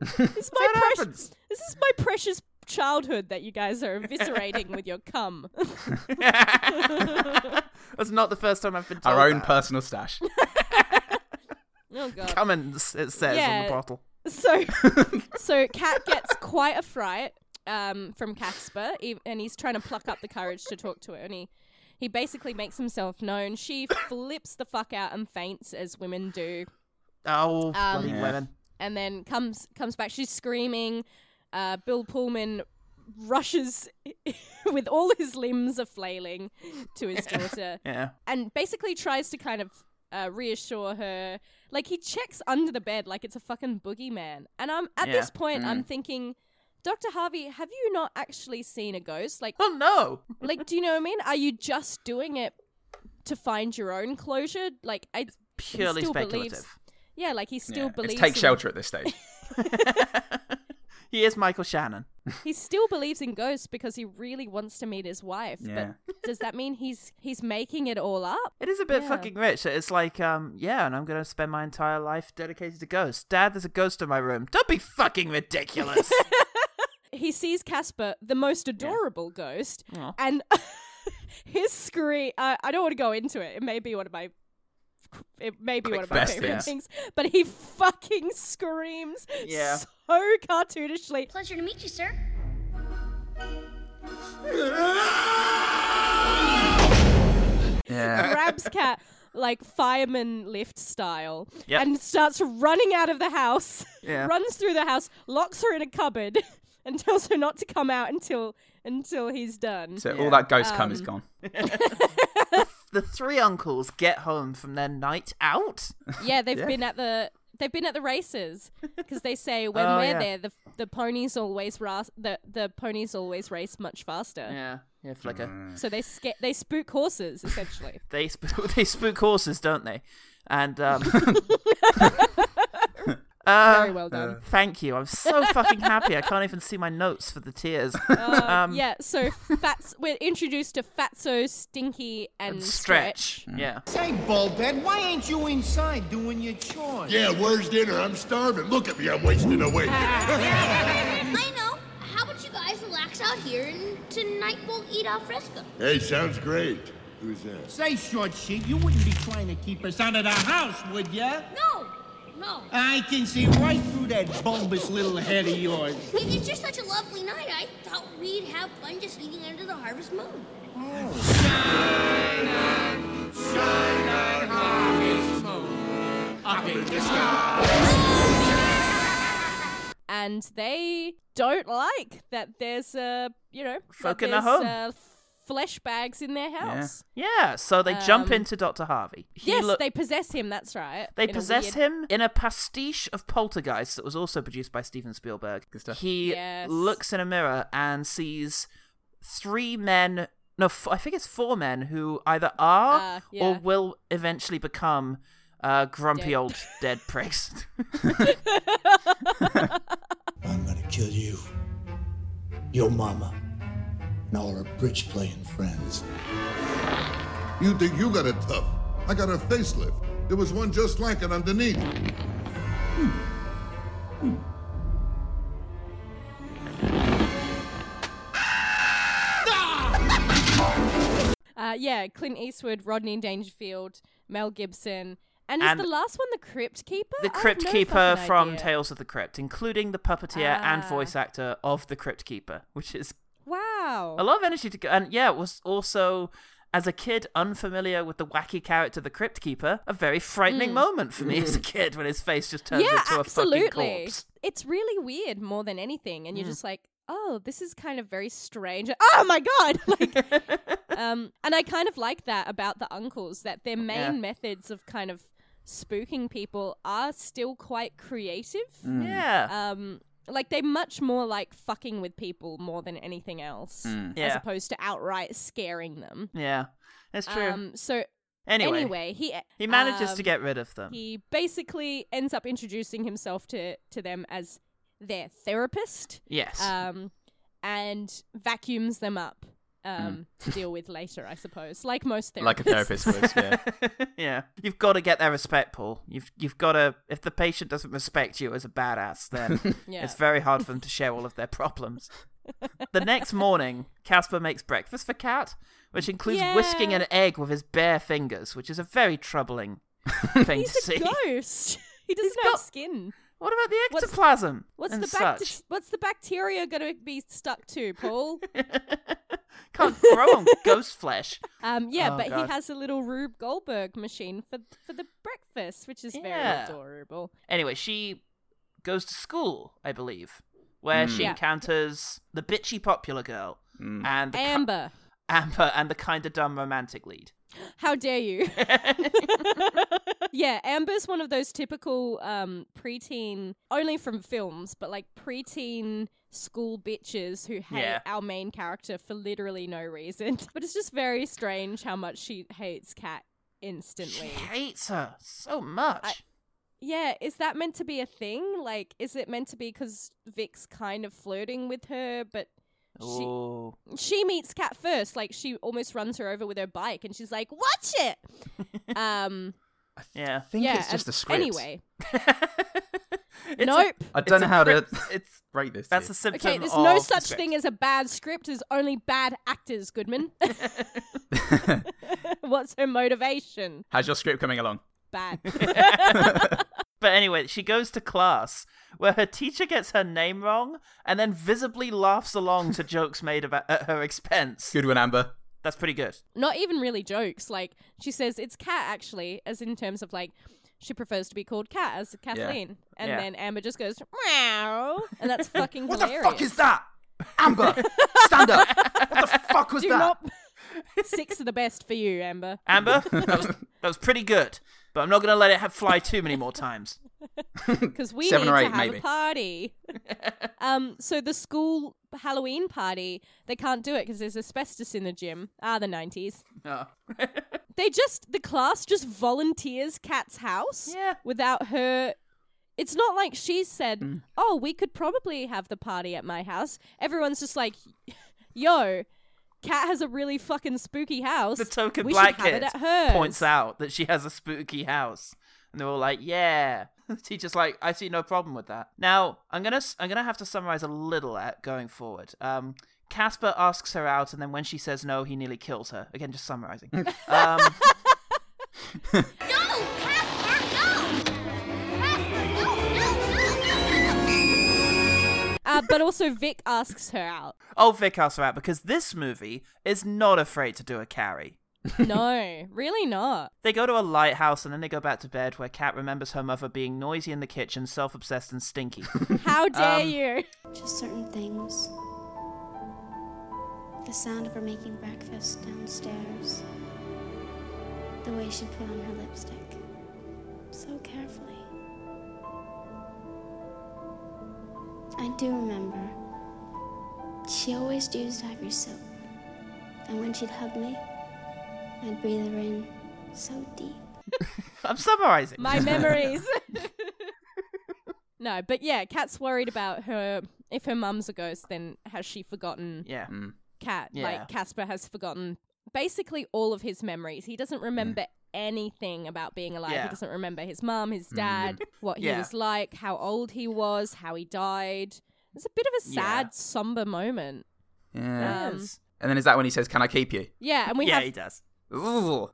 C: it's my
A: what
C: precious.
A: happens?
C: This is my precious childhood that you guys are eviscerating with your cum.
A: That's not the first time I've been told
B: Our own
A: that.
B: personal stash.
C: oh god.
A: Cummins, it says on
C: Yeah.
A: the bottle.
C: So, so Cat gets quite a fright um, from Casper, e- and he's trying to pluck up the courage to talk to her, and he. He basically makes himself known. She flips the fuck out and faints, as women do.
A: Oh, bloody
B: Yeah.
A: women.
C: and then comes comes back. She's screaming. Uh, Bill Pullman rushes with all his limbs are flailing to his daughter,
A: Yeah.
C: and basically tries to kind of uh, reassure her. Like he checks under the bed like it's a fucking boogeyman. And I'm at this
A: Yeah.
C: point, I'm thinking. Dr. Harvey, have you not actually seen a ghost? Like,
A: Oh no!
C: like, do you know what I mean? Are you just doing it to find your own closure? Like, I
A: Purely
C: still
A: speculative.
C: believes- yeah, like he still
B: Yeah,
C: believes.
B: It's take
C: in-
B: shelter at this stage.
A: He is Michael Shannon.
C: he still believes in ghosts because he really wants to meet his wife.
B: Yeah.
C: But does that mean he's he's making it all up?
A: It is a bit
C: Yeah.
A: fucking rich. It's like, um, yeah, and I'm gonna spend my entire life dedicated to ghosts. Dad, there's a ghost in my room. Don't be fucking ridiculous.
C: He sees Casper, the most adorable ghost, and his scream. Uh, I don't want to go into it. It may be one of my. It may be one of my
B: best
C: favorite
B: things.
C: things, but he fucking screams
A: Yeah.
C: so cartoonishly.
E: Pleasure to meet you, sir.
B: Yeah.
C: Grabs cat. like fireman lift style,
A: Yep.
C: and starts running out of the house,
A: Yeah.
C: runs through the house, locks her in a cupboard, and tells her not to come out until until he's done.
B: So all that ghost cum is gone.
A: The three uncles get home from their night out.
C: Yeah, they've been at the they've been at the races because they say when
A: Oh,
C: we're
A: yeah.
C: there, the the ponies always ras- the the ponies always race much faster.
A: Yeah, yeah, for like a
C: So they sca- they spook horses essentially.
A: Mm. they spook, they spook horses, don't they? And um, Uh,
C: Very well done.
A: thank you. I'm so fucking happy. I can't even see my notes for the tears. um,
C: yeah, so Fats we're introduced to Fatso, Stinky, and
A: stretch.
B: Mm.
A: Yeah.
G: Say, Bulbhead, why ain't you inside doing your chores?
D: Yeah, where's dinner? I'm starving. Look at me, I'm wasting away.
E: I know. How about you guys relax out here and tonight we'll eat al fresco?
D: hey, sounds great. Who's that?
G: Say, short sheep, you wouldn't be trying to keep us out of the house, would ya?
E: No, no.
G: I can see right through that bulbous little head of yours.
E: It- It's just such a lovely night. I thought we'd have fun just eating under the harvest moon.
C: And they don't like that there's uh, you know that
A: Folk in a
C: there's,
A: home.
C: Uh, flesh bags in their house.
A: Yeah. So they jump
C: Um,
A: into Dr. Harvey. He
C: Yes,
A: loo-
C: they possess him. That's right.
A: They
C: in a
A: possess
C: weird-
A: him in a pastiche of Poltergeist that was also produced by Steven Spielberg.
B: Good stuff.
A: He
C: Yes.
A: looks in a mirror and sees three men. No, f- I think it's four men who either are
C: Ah,
A: or
C: yeah.
A: will eventually become uh, grumpy
C: Dead.
A: old dead pricks.
J: I'm gonna kill you, your mama, and all her bridge playing friends.
D: You think you got it tough? I got a facelift. There was one just like it underneath.
C: Uh, yeah, Clint Eastwood, Rodney Dangerfield, Mel Gibson, and,
A: And
C: is the last one the Crypt Keeper?
A: the
C: I have
A: Crypt
C: no
A: Keeper
C: fucking
A: from
C: idea.
A: Tales of the Crypt, including the puppeteer and
C: Ah.
A: voice actor of the Crypt Keeper, which is
C: Wow.
A: a lot of energy to go. And yeah, it was also as a kid unfamiliar with the wacky character, the Crypt Keeper, a very frightening moment for me as a kid when his face just turns
C: Mm. yeah,
A: into
C: absolutely.
A: a fucking corpse. Mm.
C: It's really weird more than anything, and you're just like, oh, this is kind of very strange. Oh my god! Like, um, and I kind of like that about the uncles that their main
A: Yeah.
C: methods of kind of spooking people are still quite creative.
A: Yeah,
C: Um, like they much more like fucking with people more than anything else, as
B: Hmm.
A: Yeah.
C: opposed to outright scaring them.
A: yeah, that's true.
C: Um, so
A: anyway,
C: anyway, he
A: he manages to
C: um,
A: get rid of them.
C: he basically ends up introducing himself to to them as their therapist
A: yes,
C: um and vacuums them up um to deal with later i suppose like most therapists
B: Hmm. Like a therapist would. Yeah.
A: yeah. You've got to get their respect, Paul. You've you've got to. If the patient doesn't respect you as a badass, then
C: Yeah.
A: it's very hard for them to share all of their problems. the next morning, Casper makes breakfast for Cat, which includes whisking
C: Yeah.
A: an egg with his bare fingers, which is a very troubling thing to
C: he's
A: see.
C: a ghost he doesn't have
A: got-
C: skin
A: What about the
C: What's-
A: ectoplasm?
C: what's
A: and
C: the bac-
A: such?
C: what's the bacteria going to be stuck to paul
A: Can't grow on ghost flesh.
C: um yeah
A: Oh,
C: but
A: God.
C: he has a little rube goldberg machine for for the breakfast which is
A: Yeah.
C: very adorable
A: Anyway, she goes to school, I believe, where she
C: Yeah.
A: encounters the bitchy popular girl and the ki-
C: amber
A: Amber and the kind of dumb romantic lead.
C: How dare you? yeah, Amber's one of those typical um, preteen, only from films, but like preteen school bitches who hate
A: Yeah.
C: our main character for literally no reason. But it's just very strange how much she hates Kat
A: She
C: instantly.
A: hates her so much.
C: I- Yeah, is that meant to be a thing? Like, is it meant to be because Vic's kind of flirting with her, but she
A: oh,
C: she meets Kat first? Like, she almost runs her over with her bike, and she's like, "Watch it." um.
A: yeah.
B: I think
C: yeah,
B: it's just
C: and-
B: a script.
C: Anyway,
A: It's a-
C: nope.
B: I don't
A: it's
B: know
A: a
B: how to
A: crypt- It's
B: rate this.
A: that's
B: to
A: a
B: you.
A: symptom.
C: Okay, there's
A: of
C: no
A: the
C: such
A: script.
C: thing as a bad script. There's only bad actors, Goodman. What's her motivation?
B: How's your script coming along?
C: Bad.
A: But anyway, she goes to class where her teacher gets her name wrong and then visibly laughs along to jokes made about at her expense.
B: Good one, Amber.
A: That's pretty good.
C: Not even really jokes. Like she says, it's cat actually, as in terms of like she prefers to be called cat as Kathleen, and
A: Yeah.
C: then Amber just goes meow, and that's fucking
B: What
C: hilarious.
B: the fuck is that? Amber, stand up. What the fuck was
C: Do
B: that?
C: not. Six are the best for you, Amber.
A: Amber, that was, that was pretty good, but I'm not going to let it ha- fly too many more times.
C: because we
B: Seven
C: need
B: or
C: to
B: eight,
C: have
B: maybe.
C: a party. um, so the school Halloween party, they can't do it because there's asbestos in the gym. Ah, the nineties.
A: Oh.
C: They just the class just volunteers Kat's house.
A: Yeah.
C: Without her, it's not like she said,
A: Mm.
C: "Oh, we could probably have the party at my house." Everyone's just like, "Yo." Kat has a really fucking spooky house.
A: The token
C: we
A: black
C: should have
A: kid
C: it at hers.
A: points out that she has a spooky house, and they're all like, "Yeah." Teacher's like, "I see no problem with that." Now, I'm gonna s- I'm gonna have to summarize a little at going forward. Um, Casper asks her out, and then when she says no, he nearly kills her. Again, just summarizing. um,
E: No, Casper, no! Casper, no, no, no, no, no!
C: Uh, but also, Vic asks her out.
A: oh, Vic asks her out because this movie is not afraid to do a carry.
C: No, really not.
A: They go to a lighthouse and then they go back to bed where Kat remembers her mother being noisy in the kitchen, self obsessed, and stinky.
C: How dare
A: Um,
C: you?
E: Just certain things. The sound of her making breakfast downstairs. The way she put on her lipstick. So carefully. I do remember. She always used ivory soap. And when she'd hug me, I'd breathe her in so deep.
A: I'm summarizing.
C: My memories. no, but yeah, Kat's worried about her. If her mum's a ghost, then has she forgotten
A: yeah.
C: Kat?
A: Yeah.
C: Like Casper has forgotten basically all of his memories. He doesn't remember anything about being alive.
A: Yeah. Mm.
C: He doesn't remember his mum, his dad, what he
A: Yeah.
C: was like, how old he was, how he died. It's a bit of a
A: Yeah.
C: sad, somber moment.
B: Yeah.
C: Um,
A: Yes.
B: And then is that when he says, "Can I keep you?"
C: Yeah, and we
A: yeah,
C: have
A: he does.
B: Ooh.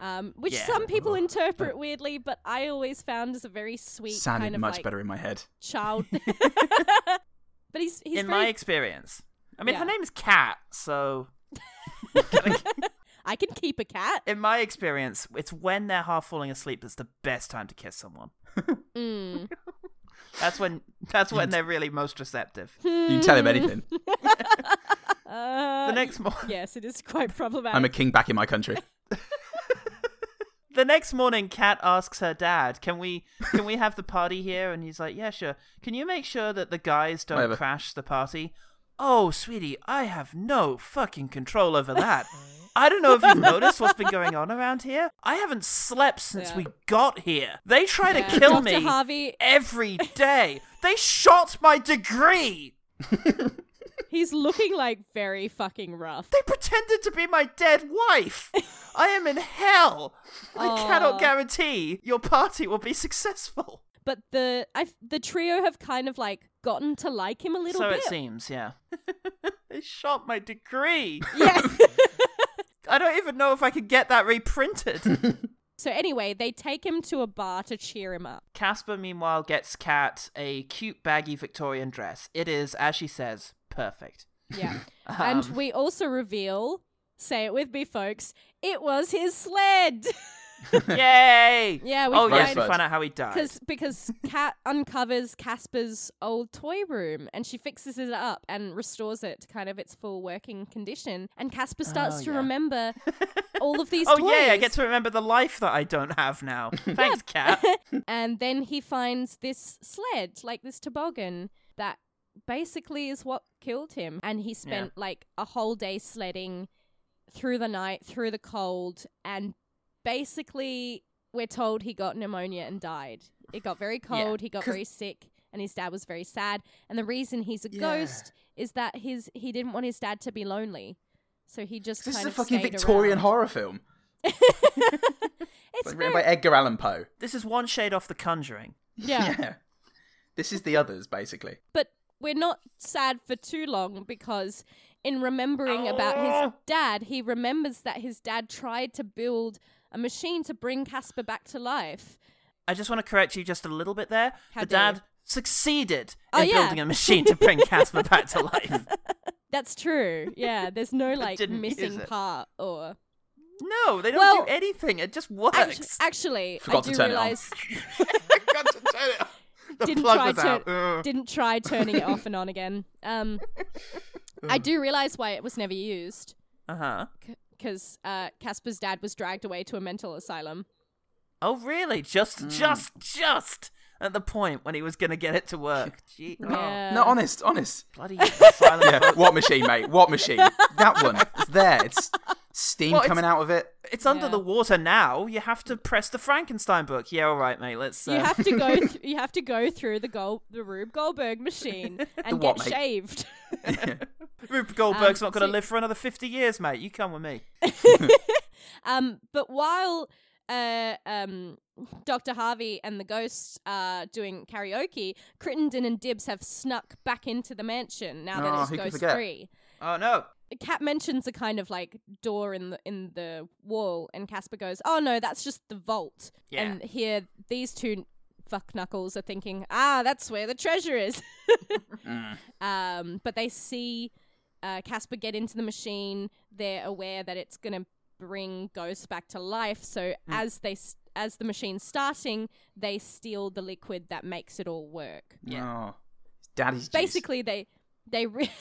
C: um, which
A: Yeah.
C: some people interpret weirdly, but I always found as a very sweet
B: Sounded
C: kind of
B: much
C: like,
B: better in my head.
C: child. but he's he's
A: in
C: very.
A: my experience. I mean, her
C: Yeah.
A: name is Kat, so
C: I can keep a cat.
A: in my experience, it's when they're half falling asleep that's the best time to kiss someone.
C: Mm.
A: That's when that's when they're really most receptive.
B: You can tell him anything.
C: Uh,
A: The next morning,
C: Yes, it is quite problematic.
B: I'm a king back in my country.
A: the next morning, Kat asks her dad, "Can we can we have the party here?" And he's like, "Yeah, sure. Can you make sure that the guys don't
B: Whatever.
A: crash the party?" Oh, sweetie, I have no fucking control over that. I don't know if you've noticed what's been going on around here. I haven't slept since
C: Yeah.
A: we got here. They try
C: Yeah.
A: to kill
C: Dr.
A: me.
C: Uh, Harvey,
A: every day. They shot my degree.
C: he's looking like very fucking rough.
A: They pretended to be my dead wife. I am in hell. I cannot guarantee your party will be successful.
C: But the I the trio have kind of like gotten to like him a little
A: so
C: bit.
A: it seems, yeah. they shot my degree.
C: Yeah.
A: I don't even know if I could get that reprinted.
C: so anyway, they take him to a bar to cheer him up.
A: Casper, meanwhile, gets Kat a cute, baggy Victorian dress. It is, as she says, perfect.
C: Yeah.
A: Uh-huh.
C: and we also reveal, say it with me, folks, it was his sled.
A: Yay!
C: Yeah, we
A: oh, yes,
B: find-
A: we find out how he died.
C: Because because Kat uncovers Casper's old toy room and she fixes it up and restores it to kind of its full working condition. And Casper starts
A: Oh,
C: to
A: yeah.
C: remember all of these
A: Oh
C: toys.
A: yeah, I get to remember the life that I don't have now. Thanks, Cat.
C: And then he finds this sled, like this toboggan, that basically is what killed him. And he spent like a whole day sledding through the night, through the cold, and basically we're told he got pneumonia and died. It got very cold, he got
A: 'cause-
C: very sick, and his dad was very sad. And the reason he's a
B: Yeah.
C: ghost is that his he didn't want his dad to be lonely. So he just
B: This
C: kind
B: is a
C: of
B: fucking
C: stayed
B: Victorian
C: around.
B: horror film.
C: It's
B: Like, written
C: very-
B: by Edgar Allan Poe.
A: This is one shade off The Conjuring.
C: yeah.
B: This is the others, basically.
C: but we're not sad for too long because in remembering about
A: Ah.
C: his dad, he remembers that his dad tried to build a machine to bring Casper back to life.
A: I just want to correct you just a little bit there.
C: How
A: the
C: dare you.
A: dad succeeded
C: Oh,
A: in
C: yeah.
A: building a machine to bring Casper back to life.
C: That's true. Yeah, there's no like
A: didn't use
C: missing
A: it.
C: part or
A: No, they don't
C: Well-
A: do anything. It just works.
C: Actu- actually,
B: Forgot
C: I
B: to
C: do
B: turn it on.
C: realize
A: the
C: didn't
A: plug
C: try
A: was out.
C: turn-
A: Ugh.
C: didn't try turning it off and on again. Um, I do realize why it was never used
A: Uh-huh.
C: because uh, Casper's dad was dragged away to a mental asylum.
A: Oh, really? Just,
C: Mm.
A: just, just at the point when he was going to get it to work. Gee, oh,
C: Yeah.
B: No, honest, honest.
A: bloody silent.
B: Yeah, what machine, mate? What machine? That one. It's there. It's steam
A: Well, it's-
B: coming out of it.
A: It's under
C: Yeah.
A: the water now. You have to press the Frankenstein book. Yeah, all right, mate. Let's. Uh,
C: You have to go. Th- you have to go through the Gol- the Rube Goldberg machine and
B: what,
C: get
B: mate?
C: shaved.
A: Rube Goldberg's
C: Um,
A: not going to
C: so-
A: live for another fifty years, mate. You come with me.
C: Um, but while uh, um, Dr. Harvey and the ghosts are doing karaoke, Crittenden and Dibbs have snuck back into the mansion now that
B: Oh,
C: it's
B: who could
C: Ghost
B: forget?
C: Three.
A: Oh no.
C: Cat mentions a kind of like door in the in the wall, and Casper goes, "Oh no, that's just the vault."
A: Yeah.
C: And here, these two fuck knuckles are thinking, "Ah, that's where the treasure is." um, but they see uh, Casper get into the machine. They're aware that it's gonna bring ghosts back to life. So as they s- as the machine's starting, they steal the liquid that makes it all work.
A: Yeah.
B: Oh, it's daddy's juice.
C: Basically, they they. Re-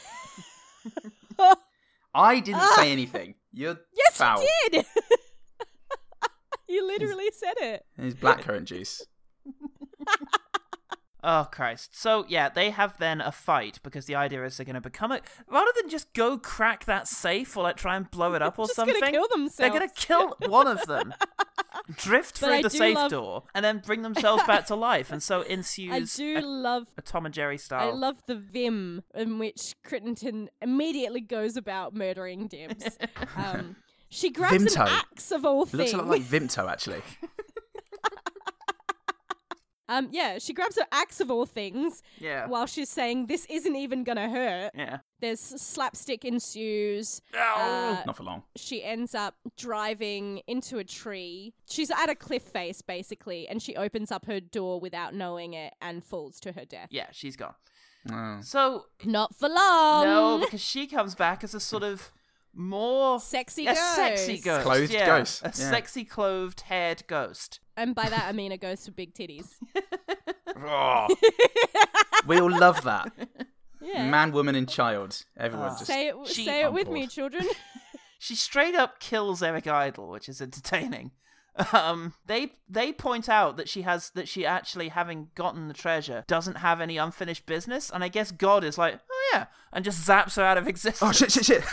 B: I didn't say anything. You're
C: Ah! Yes,
B: foul.
C: you did. you literally said it.
B: It's blackcurrant juice.
A: Oh Christ. So yeah, they have then a fight because the idea is they're going to become a rather than just go crack that safe or like try and blow it up or
C: Just gonna
A: something.
C: kill
A: They're going
C: themselves.
A: to kill one of them. Drift
C: But
A: through
C: I
A: the
C: do
A: safe
C: love-
A: door and then bring themselves back to life, and so
C: I
A: ensues a,
C: do love.
A: a Tom and Jerry style.
C: I love the vim in which Crittenton immediately goes about murdering Dibs. Um, she grabs
B: Vimto.
C: an axe of all
B: It looks
C: things.
B: a lot like Vimto, actually.
C: um, yeah, she grabs an axe of all things
A: Yeah.
C: while she's saying, "This isn't even gonna hurt."
A: yeah.
C: There's slapstick ensues. Uh,
B: Not for long.
C: she ends up driving into a tree. She's at a cliff face, basically, and she opens up her door without knowing it and falls to her death.
A: Yeah, she's gone.
B: Oh.
A: So
C: Not for long.
A: no, because she comes back as a sort of more
C: Sexy
A: a
C: ghost.
A: sexy ghost,
B: Clothed
A: yeah,
B: ghost,
A: a
B: yeah.
A: sexy clothed haired ghost.
C: And by that I mean a ghost with big titties.
B: We all love that.
C: Yeah. Ah.
B: Man, woman, and child. Everyone just.
C: say it,
A: she-
C: say it
B: I'm
C: with me,
B: bored.
C: children.
A: She straight up kills Eric Idle, which is entertaining. Um, they they point out that she has that she actually having gotten the treasure doesn't have any unfinished business, and I guess God is like, oh yeah, and just zaps her out of existence.
B: Oh, shit, shit, shit.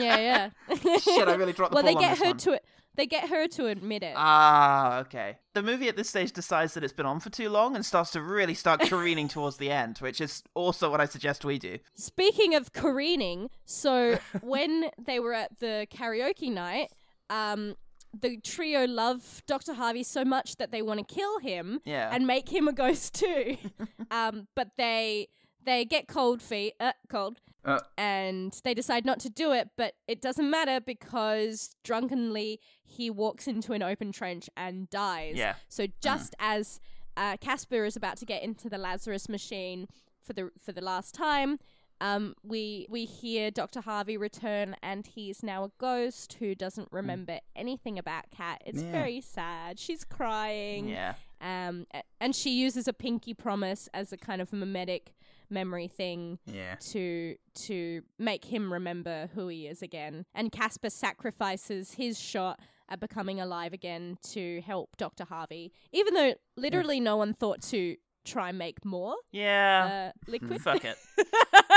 C: yeah, yeah.
A: Shit, I really dropped the
C: well, they
A: ball on
C: get
A: this
C: her
A: one.
C: to it. They get her to admit it.
A: Ah, okay. The movie at this stage decides that it's been on for too long and starts to really start careening towards the end, which is also what I suggest we do.
C: Speaking of careening, so when they were at the karaoke night, um, the trio love Dr. Harvey so much that they want to kill him
A: Yeah.
C: and make him a ghost too. um, but they they get cold feet, uh, cold,
B: Uh.
C: and they decide not to do it. But it doesn't matter because drunkenly he walks into an open trench and dies.
A: Yeah. Mm.
C: So just as uh, Casper is about to get into the Lazarus machine for the for the last time, um, we we hear Doctor Harvey return, and he's now a ghost who doesn't
A: Mm.
C: remember anything about Cat. It's
B: Yeah.
C: very sad. She's crying.
A: Yeah.
C: Um, a- and she uses a pinky promise as a kind of mimetic memory thing
B: Yeah.
C: to to make him remember who he is again. And Casper sacrifices his shot at becoming alive again to help Dr. Harvey, even though literally no one thought to try and make more
A: Yeah.
C: uh, liquid.
A: Fuck it.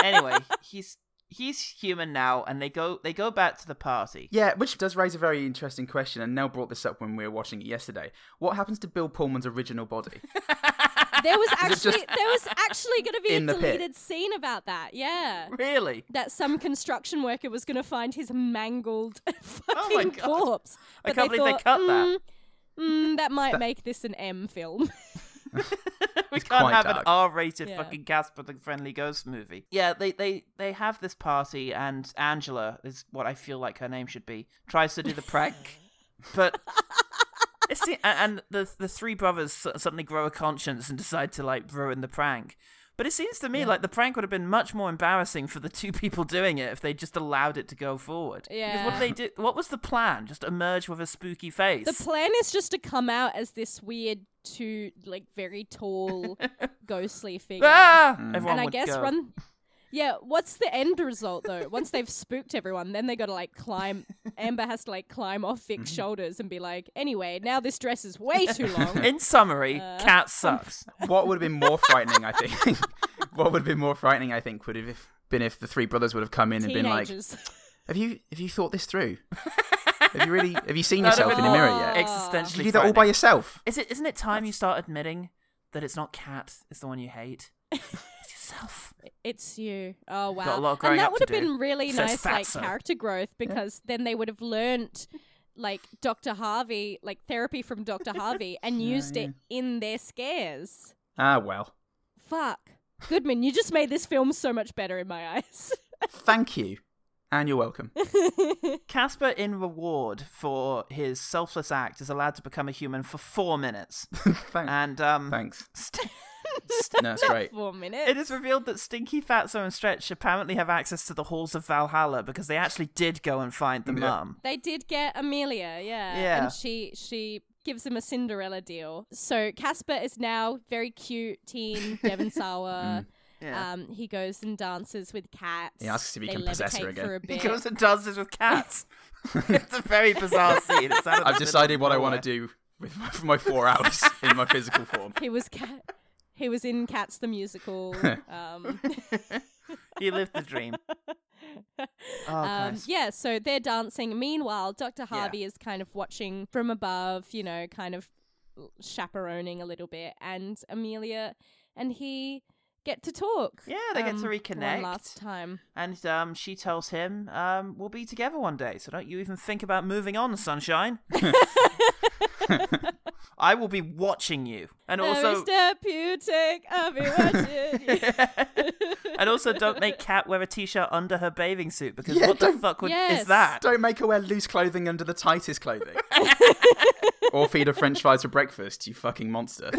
A: anyway, he's he's human now and they go they go back to the party.
B: Yeah, which does raise a very interesting question, and Nell brought this up when we were watching it yesterday. What happens to Bill Pullman's original body?
C: There was
B: Is it
C: actually
B: just-
C: there was actually going to be a
B: In the pit?
C: deleted scene about that. Yeah.
A: Really?
C: That some construction worker was going to find his mangled fucking
A: Oh my God.
C: corpse.
A: I
C: But
A: can't
C: they
A: believe they
C: thought,
A: cut that.
C: "Mm, mm, that might make this an M film.
A: we
B: It's
A: can't
B: quite
A: have an
B: dark.
A: R-rated
C: Yeah.
A: fucking Casper the Friendly Ghost movie. Yeah, they, they they have this party, and Angela is what I feel like her name should be. Tries to do the prank, but it's the, a- and the the three brothers su- suddenly grow a conscience and decide to like ruin the prank. But it seems to me like the prank would have been much more embarrassing for the two people doing it if they just allowed it to go forward. Because what did
C: Yeah.
A: they do? What was the plan? Just emerge with a spooky face.
C: The plan is just to come out as this weird, two like very tall, ghostly figure,
A: Ah! Mm. Everyone
C: and I
A: would
C: guess
A: go.
C: run. Yeah, what's the end result though? Once they've spooked everyone, then they got to like climb. Amber has to like climb off
B: Mm-hmm.
C: Vic's shoulders and be like, "Anyway, now this dress is way too long."
A: In summary,
C: Uh,
A: cat sucks.
B: what would have been more frightening, I think. what would have been more frightening, I think, would have been if the three brothers would have come in and been like,
C: Teenagers.
B: "Have you have you thought this through? have you really have you seen
A: That'd have
B: yourself in the
A: been
B: mirror
A: more
B: yet?
A: existentially
B: Did you do that all by
A: frightening.
B: yourself?
A: Is it? Isn't it time you start admitting that it's not cat? It's the one you hate. It's yourself.
C: It's you. Oh wow.
A: lot of growing
C: and that
A: up
C: would
A: to
C: have been
A: do.
C: really
A: Says
C: nice like
A: fatso.
C: character growth because then they would have learnt like Dr. Harvey, like therapy from Dr. Harvey and used it in their scares.
B: Ah, well.
C: Fuck. Goodman, you just made this film so much better in my eyes.
B: Thank you, and you're welcome.
A: Casper, in reward for his selfless act, is allowed to become a human for four minutes. and um,
B: Thanks.
A: St-
B: No, it's great.
C: Four minutes.
A: it is revealed that Stinky, Fatso, and Stretch apparently have access to the halls of Valhalla because they actually did go and find the
B: Yeah.
A: mum.
C: They did get Amelia, yeah.
A: Yeah.
C: And she she gives him a Cinderella deal. So Casper is now very cute teen Devon Sawa.
A: Mm. Yeah.
C: Um, he goes and dances with cats.
B: He asks if he
C: They
B: can possess her
C: levitate
B: again.
C: For a
A: He
C: bit.
A: goes and dances with cats. it's a very bizarre scene. It's out of the
B: I've decided
A: middle
B: what I
A: of
B: want to do with my, for my four hours in my physical form.
C: He was cat. He was in Cats the musical. Um,
A: nowhere. He lived the dream. Oh,
C: um,
A: Christ.
C: yeah, so they're dancing. Meanwhile, Dr. Harvey is kind of watching from above, you know, kind of chaperoning a little bit, and Amelia and he get to talk.
A: Yeah, they get to
C: um,
A: reconnect.
C: One last time.
A: And um, she tells him, um, "We'll be together one day, so don't you even think about moving on, sunshine. I will be watching you." And also,
C: Every step you take, I'll be watching. you.
A: and also, don't make Cat wear a t-shirt under her bathing suit because
B: Yeah,
A: what the
B: don't-
A: fuck would
C: Yes.
A: is that?
B: Don't make her wear loose clothing under the tightest clothing. or feed her french fries for breakfast, you fucking monster.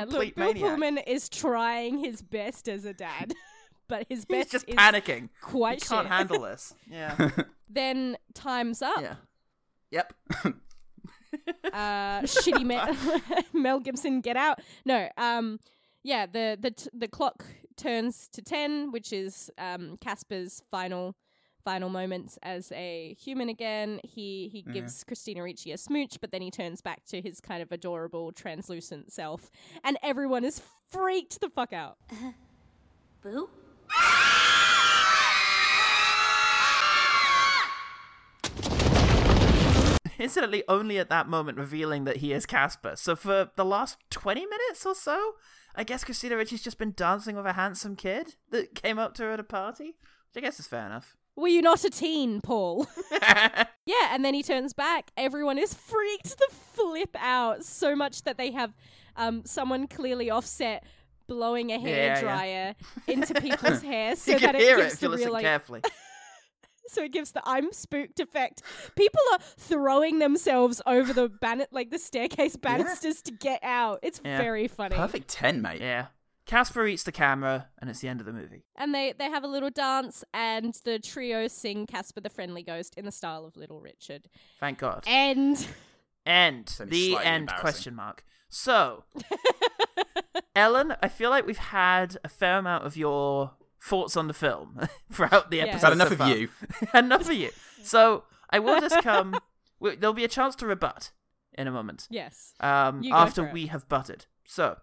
A: complete
C: look, Bill
A: maniac.
C: Pullman is trying his best as a dad, but his
A: He's
C: best
A: just
C: is
A: panicking.
C: quite
A: He can't
C: shit.
A: handle this. Yeah.
C: then time's up.
A: yeah. Yep.
C: uh, shitty Mel-, Mel Gibson Get Out. No, um, yeah, the the t- the clock turns to ten, which is um Casper's final final moments as a human again. He he gives Christina Ricci a smooch, but then he turns back to his kind of adorable translucent self, and everyone is freaked the fuck out.
K: Boo?
A: Incidentally, only at that moment revealing that he is Casper. So for the last 20 minutes or so, I guess Christina Ritchie's just been dancing with a handsome kid that came up to her at a party, which I guess is fair enough.
C: Were you not a teen, Paul? yeah, and then he turns back. Everyone is freaked the flip out so much that they have um, someone clearly offset blowing a
A: Yeah, yeah.
C: hairdryer into people's hair so
A: you
C: that
A: can
C: it
A: hear it
C: gives
A: if you
C: the
A: listen
C: real like,
A: carefully.
C: so it gives the I'm spooked effect. People are throwing themselves over the ban- like the staircase banisters to get out. It's
A: Yeah.
C: very funny.
B: Perfect 10, mate.
A: yeah. Casper eats the camera, and it's the end of the movie.
C: And they they have a little dance and the trio sing Casper the Friendly Ghost in the style of Little Richard.
A: Thank God.
C: And
A: End.
B: only
A: The
B: slightly
A: end
B: embarrassing.
A: question mark. So, Ellen, I feel like we've had a fair amount of your thoughts on the film throughout the
C: Yeah.
A: episode.
B: Is that enough
A: so
B: of
A: far.
B: you?
A: enough of you. So I will just come. we- There'll be a chance to rebut in a moment.
C: yes.
A: Um,
C: You go
A: after
C: for it.
A: we have butted. So,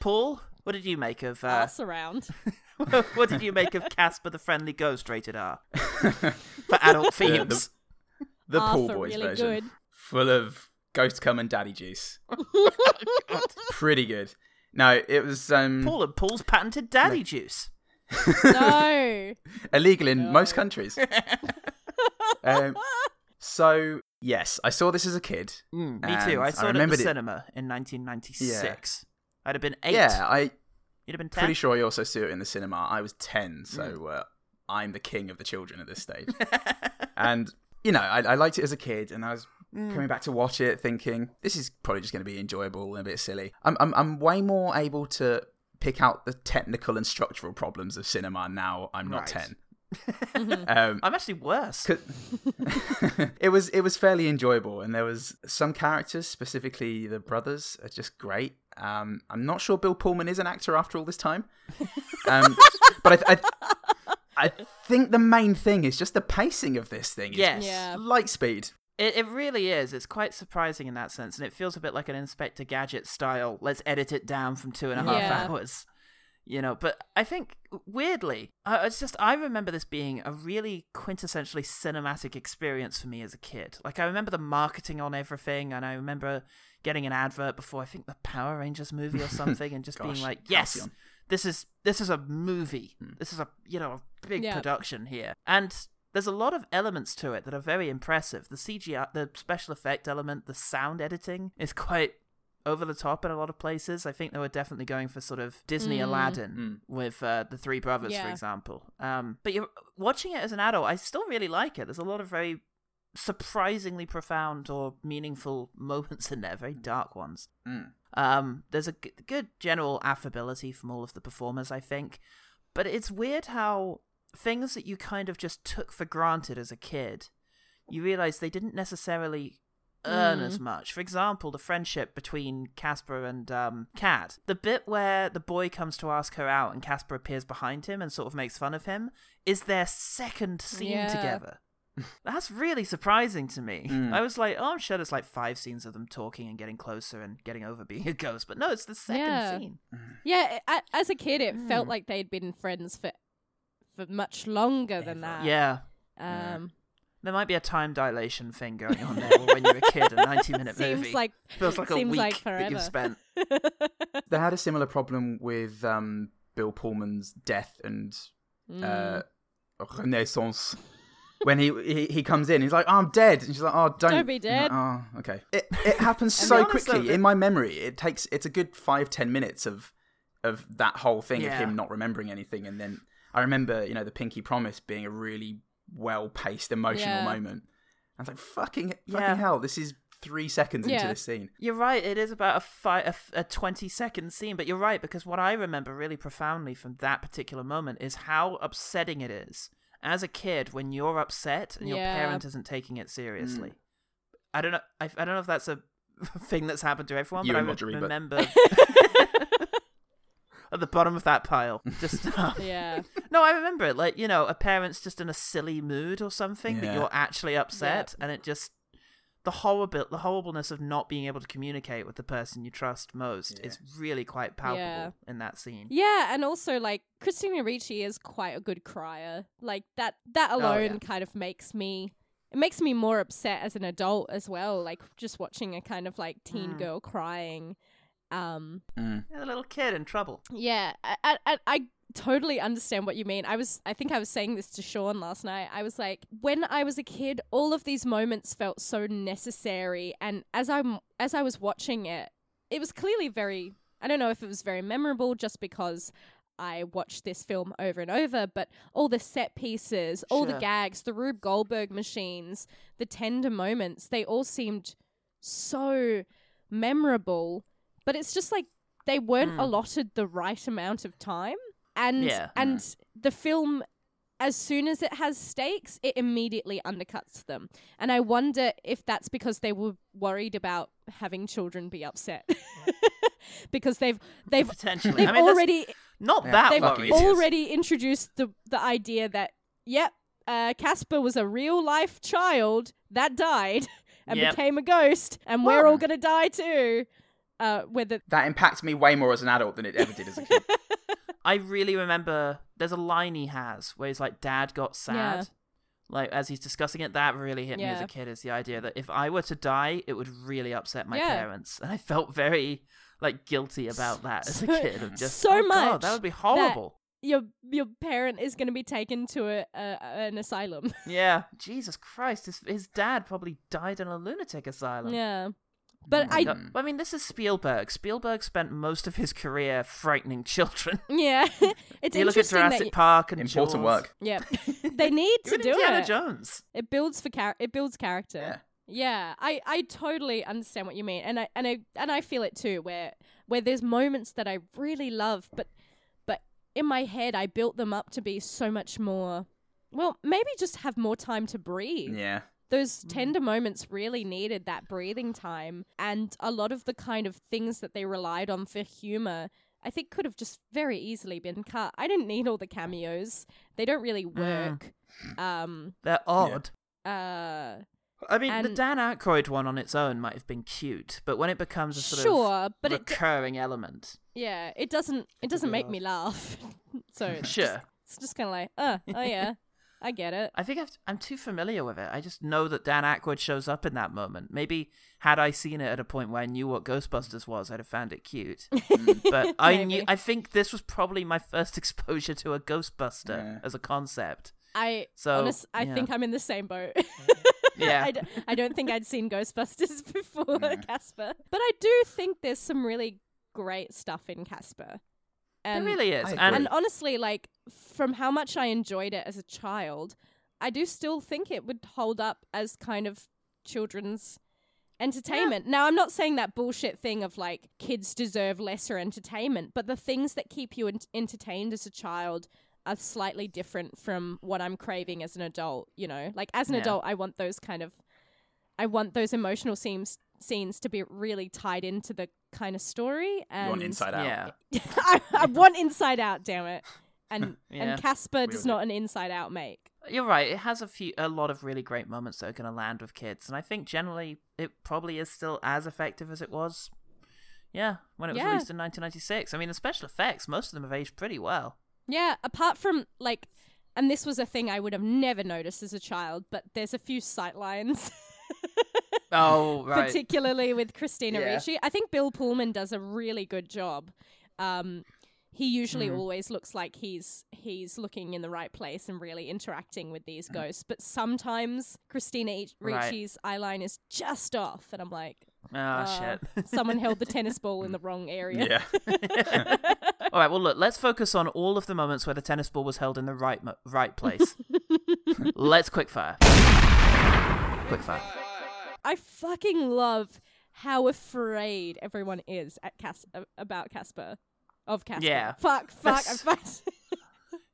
A: Paul, what did you make of? Uh,
C: ass around.
A: what did you make of Casper the Friendly Ghost rated R for adult
B: the-
A: themes?
B: The
C: Arthur,
B: Paul Boys
C: really
B: version.
C: good.
B: Full of ghost cum and daddy juice.
A: Oh,
B: Pretty good. No, it was um,
A: Paul and Paul's patented daddy juice.
C: no.
B: illegal in most countries. um, so, yes, I saw this as a kid.
A: Mm, me
B: and
A: too. I saw it at the
B: remembered
A: cinema in 1996. I'd have been eight.
B: Yeah, I
A: You'd have been ten.
B: pretty sure I also saw it in the cinema. I was 10, so uh, I'm the king of the children at this stage. and, you know, I, I liked it as a kid, and I was Mm. Coming back to watch it, thinking this is probably just going to be enjoyable and a bit silly. I'm, I'm I'm way more able to pick out the technical and structural problems of cinema now. I'm not
A: Right.
B: ten.
A: um, I'm actually worse.
B: it was it was fairly enjoyable, and there was some characters, specifically the brothers, are just great. Um, I'm not sure Bill Pullman is an actor after all this time, um, but I, th- I, I think the main thing is just the pacing of this thing. It's
A: Yes. Yeah.
B: light speed.
A: It, it really is. It's quite surprising in that sense, and it feels a bit like an Inspector Gadget style. Let's edit it down from two and a half
C: Yeah.
A: hours, you know. But I think weirdly, I, it's just I remember this being a really quintessentially cinematic experience for me as a kid. Like I remember the marketing on everything, and I remember getting an advert before I think the Power Rangers movie or something, and just being
B: Gosh,
A: like, "Yes,
B: Halcyon.
A: this is this is a movie. This is a you know a big
C: Yeah.
A: production here." And there's a lot of elements to it that are very impressive. The CGI, the special effect element, the sound editing is quite over the top in a lot of places. I think they were definitely going for sort of Disney
C: Mm.
A: Aladdin with uh, the Three Brothers, for
C: Yeah.
A: example. Um, but you're watching it as an adult. I still really like it. There's a lot of very surprisingly profound or meaningful moments in there, very dark ones.
B: Mm.
A: Um, there's a g- good general affability from all of the performers, I think, but it's weird how things that you kind of just took for granted as a kid, you realize they didn't necessarily earn
C: Mm.
A: as much. For example, the friendship between Casper and um, Kat. The bit where the boy comes to ask her out and Casper appears behind him and sort of makes fun of him is their second scene
C: Yeah.
A: together. That's really surprising to me.
B: Mm.
A: I was like, oh, I'm sure there's like five scenes of them talking and getting closer and getting over being a ghost. But no, it's the second
C: Yeah.
A: scene.
C: Yeah, a- as a kid, it felt
A: Mm.
C: like they'd been friends for for much longer than that.
A: yeah.
C: Um,
A: There might be a time dilation thing going on there when you're a kid, a 90 minute
C: Seems
A: movie.
C: like-
A: Feels like a
C: seems
A: week
C: like
A: that
C: forever.
A: you've spent.
B: They had a similar problem with um, Bill Pullman's death and uh, Renaissance. When he, he he comes in, he's like, "Oh, "I'm dead," and she's like, "Oh, don't,
C: Don't be dead.
B: And I'm like, oh, okay. It it happens
A: And
B: so
A: the honest
B: quickly
A: though-
B: in my memory. It takes it's a good five ten minutes of of that whole thing of
A: Yeah.
B: him not remembering anything, and then I remember you know the Pinky Promise being a really well paced emotional
C: Yeah.
B: moment. I was like, "Fucking
A: Yeah.
B: fucking hell, this is three seconds into
C: Yeah.
B: this scene."
A: You're right. It is about a fi- a, f- a 20 second scene, but you're right because what I remember really profoundly from that particular moment is how upsetting it is as a kid when you're upset and your
C: Yeah. Mm.
A: parent isn't taking it seriously. I don't know. I, I don't know if that's a thing that's happened to everyone,
B: You
A: but I
B: and
A: re-
B: Roger Ebert.
A: remember at the bottom of that pile. Just um,
C: yeah.
A: no, I remember it. Like you know, a parent's just in a silly mood or something, but
B: Yeah.
A: you're actually upset, and it just the horrible the horribleness of not being able to communicate with the person you trust most is really quite palpable
C: Yeah.
A: in that scene.
C: Yeah, and also like Christina Ricci is quite a good crier. Like that that
B: Oh,
C: alone
A: yeah.
C: kind of makes me it makes me more upset as an adult as well, like just watching a kind of like teen girl crying. Um
A: Yeah, the little kid in trouble.
C: yeah, I, I I I totally understand what you mean. I was I think I was saying this to Sean last night. I was like, when I was a kid, all of these moments felt so necessary and as I'm as I was watching it, it was clearly very I don't know if it was very memorable just because I watched this film over and over, but all the set pieces, all the
A: Sure.
C: gags, the Rube Goldberg machines, the tender moments, they all seemed so memorable. But it's just like they weren't allotted the right amount of time. And
A: Hmm. Yeah.
C: and the film as soon as it has stakes, it immediately undercuts them. And I wonder if that's because they were worried about having children be upset. because they've they've
A: Potentially,
C: they've
A: I mean, that's
C: already
A: not
B: Yeah,
A: that
C: they've
B: fucking
A: worried.
B: idiot.
C: already introduced the the idea that yep, uh, Casper was a real life child that died and
A: Yep.
C: became a ghost, and we're all gonna die too. Uh, whether
B: That impacts me way more as an adult than it ever did as a kid.
A: I really remember there's a line he has where he's like, "Dad got sad."
C: Yeah.
A: Like as he's discussing it, that really hit me as
C: Yeah.
A: a kid is the idea that if I were to die, it would really upset my
C: Yeah.
A: parents, and I felt very like guilty about that as a
C: so-
A: kid. Of just
C: so
A: "Oh God,
C: much
A: that would be
C: that-
A: horrible.
C: your your parent is going to be taken to a, a an asylum.
A: Yeah, Jesus Christ, his his dad probably died in a lunatic asylum.
C: yeah, but
A: I,
C: I
B: Hmm.
A: I mean, this is Spielberg. Spielberg spent most of his career frightening children.
C: yeah, it's
A: you look at
C: interesting
A: Jurassic
C: that
A: Park and
B: Important
A: Jaws.
B: work.
C: you, yeah they need to
A: Even
C: do
A: Indiana
C: it.
A: Jones.
C: It builds for char- it builds character. Yeah, I, I totally understand what you mean, and I and I and I feel it too. Where where there's moments that I really love, but but in my head I built them up to be so much more. Well, maybe just have more time to breathe.
B: Yeah.
C: Those
A: Mm.
C: tender moments really needed that breathing time, and a lot of the kind of things that they relied on for humor, I think, could have just very easily been cut. I didn't need all the cameos; they don't really
A: Ah.
C: work. Um,
A: They're odd.
C: uh,
A: I mean, the
C: and-
A: Dan Aykroyd one on its own might have been cute, but when it becomes a sort
C: Sure,
A: of
C: but it d-
A: recurring element,
C: Yeah, it doesn't. It doesn't make me laugh. so it's
A: Sure.
C: just- it's just kind of like, uh, oh yeah, I get it.
A: I think I've, I'm too familiar with it. I just know that Dan Aykroyd shows up in that moment. Maybe had I seen it at a point where I knew what Ghostbusters was, I'd have found it cute. but I knew.
C: Maybe.
A: I think this was probably my first exposure to a Ghostbuster as a concept.
C: I
A: So,
C: honest, I
A: yeah.
C: think I'm in the same boat.
A: Yeah.
C: I, d- I don't think I'd seen Ghostbusters before Casper, but I do think there's some really great stuff in Casper. And,
A: really is, I
C: and,
A: and-
C: honestly, like from how much I enjoyed it as a child, I do still think it would hold up as kind of children's entertainment. Now, I'm not saying that bullshit thing of like kids deserve lesser entertainment, but the things that keep you ent- entertained as a child are slightly different from what I'm craving as an adult, you know? Like as an
L: Yeah.
C: adult, I want those kind of I want those emotional scenes scenes to be really tied into the kind of story and
B: You want Inside Out?
A: Yeah.
C: I, I want inside out, damn it. And
A: Yeah.
C: and Casper
A: We
C: does
A: all
C: not an inside out make.
A: You're right. It has a few, a lot of really great moments that are going to land with kids, and I think generally it probably is still as effective as it was. Yeah, when it was
C: Yeah.
A: released in 1996. I mean, the special effects, most of them have aged pretty well.
C: Yeah, apart from like, and this was a thing I would have never noticed as a child, but there's a few sight lines,
A: Oh, right.
C: particularly with Christina
A: Yeah.
C: Ricci. I think Bill Pullman does a really good job. Um, he usually
A: Mm.
L: Mhm.
C: always looks like he's he's looking in the right place and really interacting with these ghosts, but sometimes Christina I-
A: Mm. Right.
C: Ricci's eyeline is just off, and I'm like,
A: Oh,
C: "Uh,
A: shit. Mm.
C: someone held the tennis ball in the wrong area."
A: all right. Well, look. Let's focus on all of the moments where the tennis ball was held in the right mo- right place. let's quickfire. Quickfire.
C: I fucking love how afraid everyone is at Cas- a- about Casper, of Casper.
A: Yeah.
C: Fuck, fuck, I
A: That's-
C: fuck.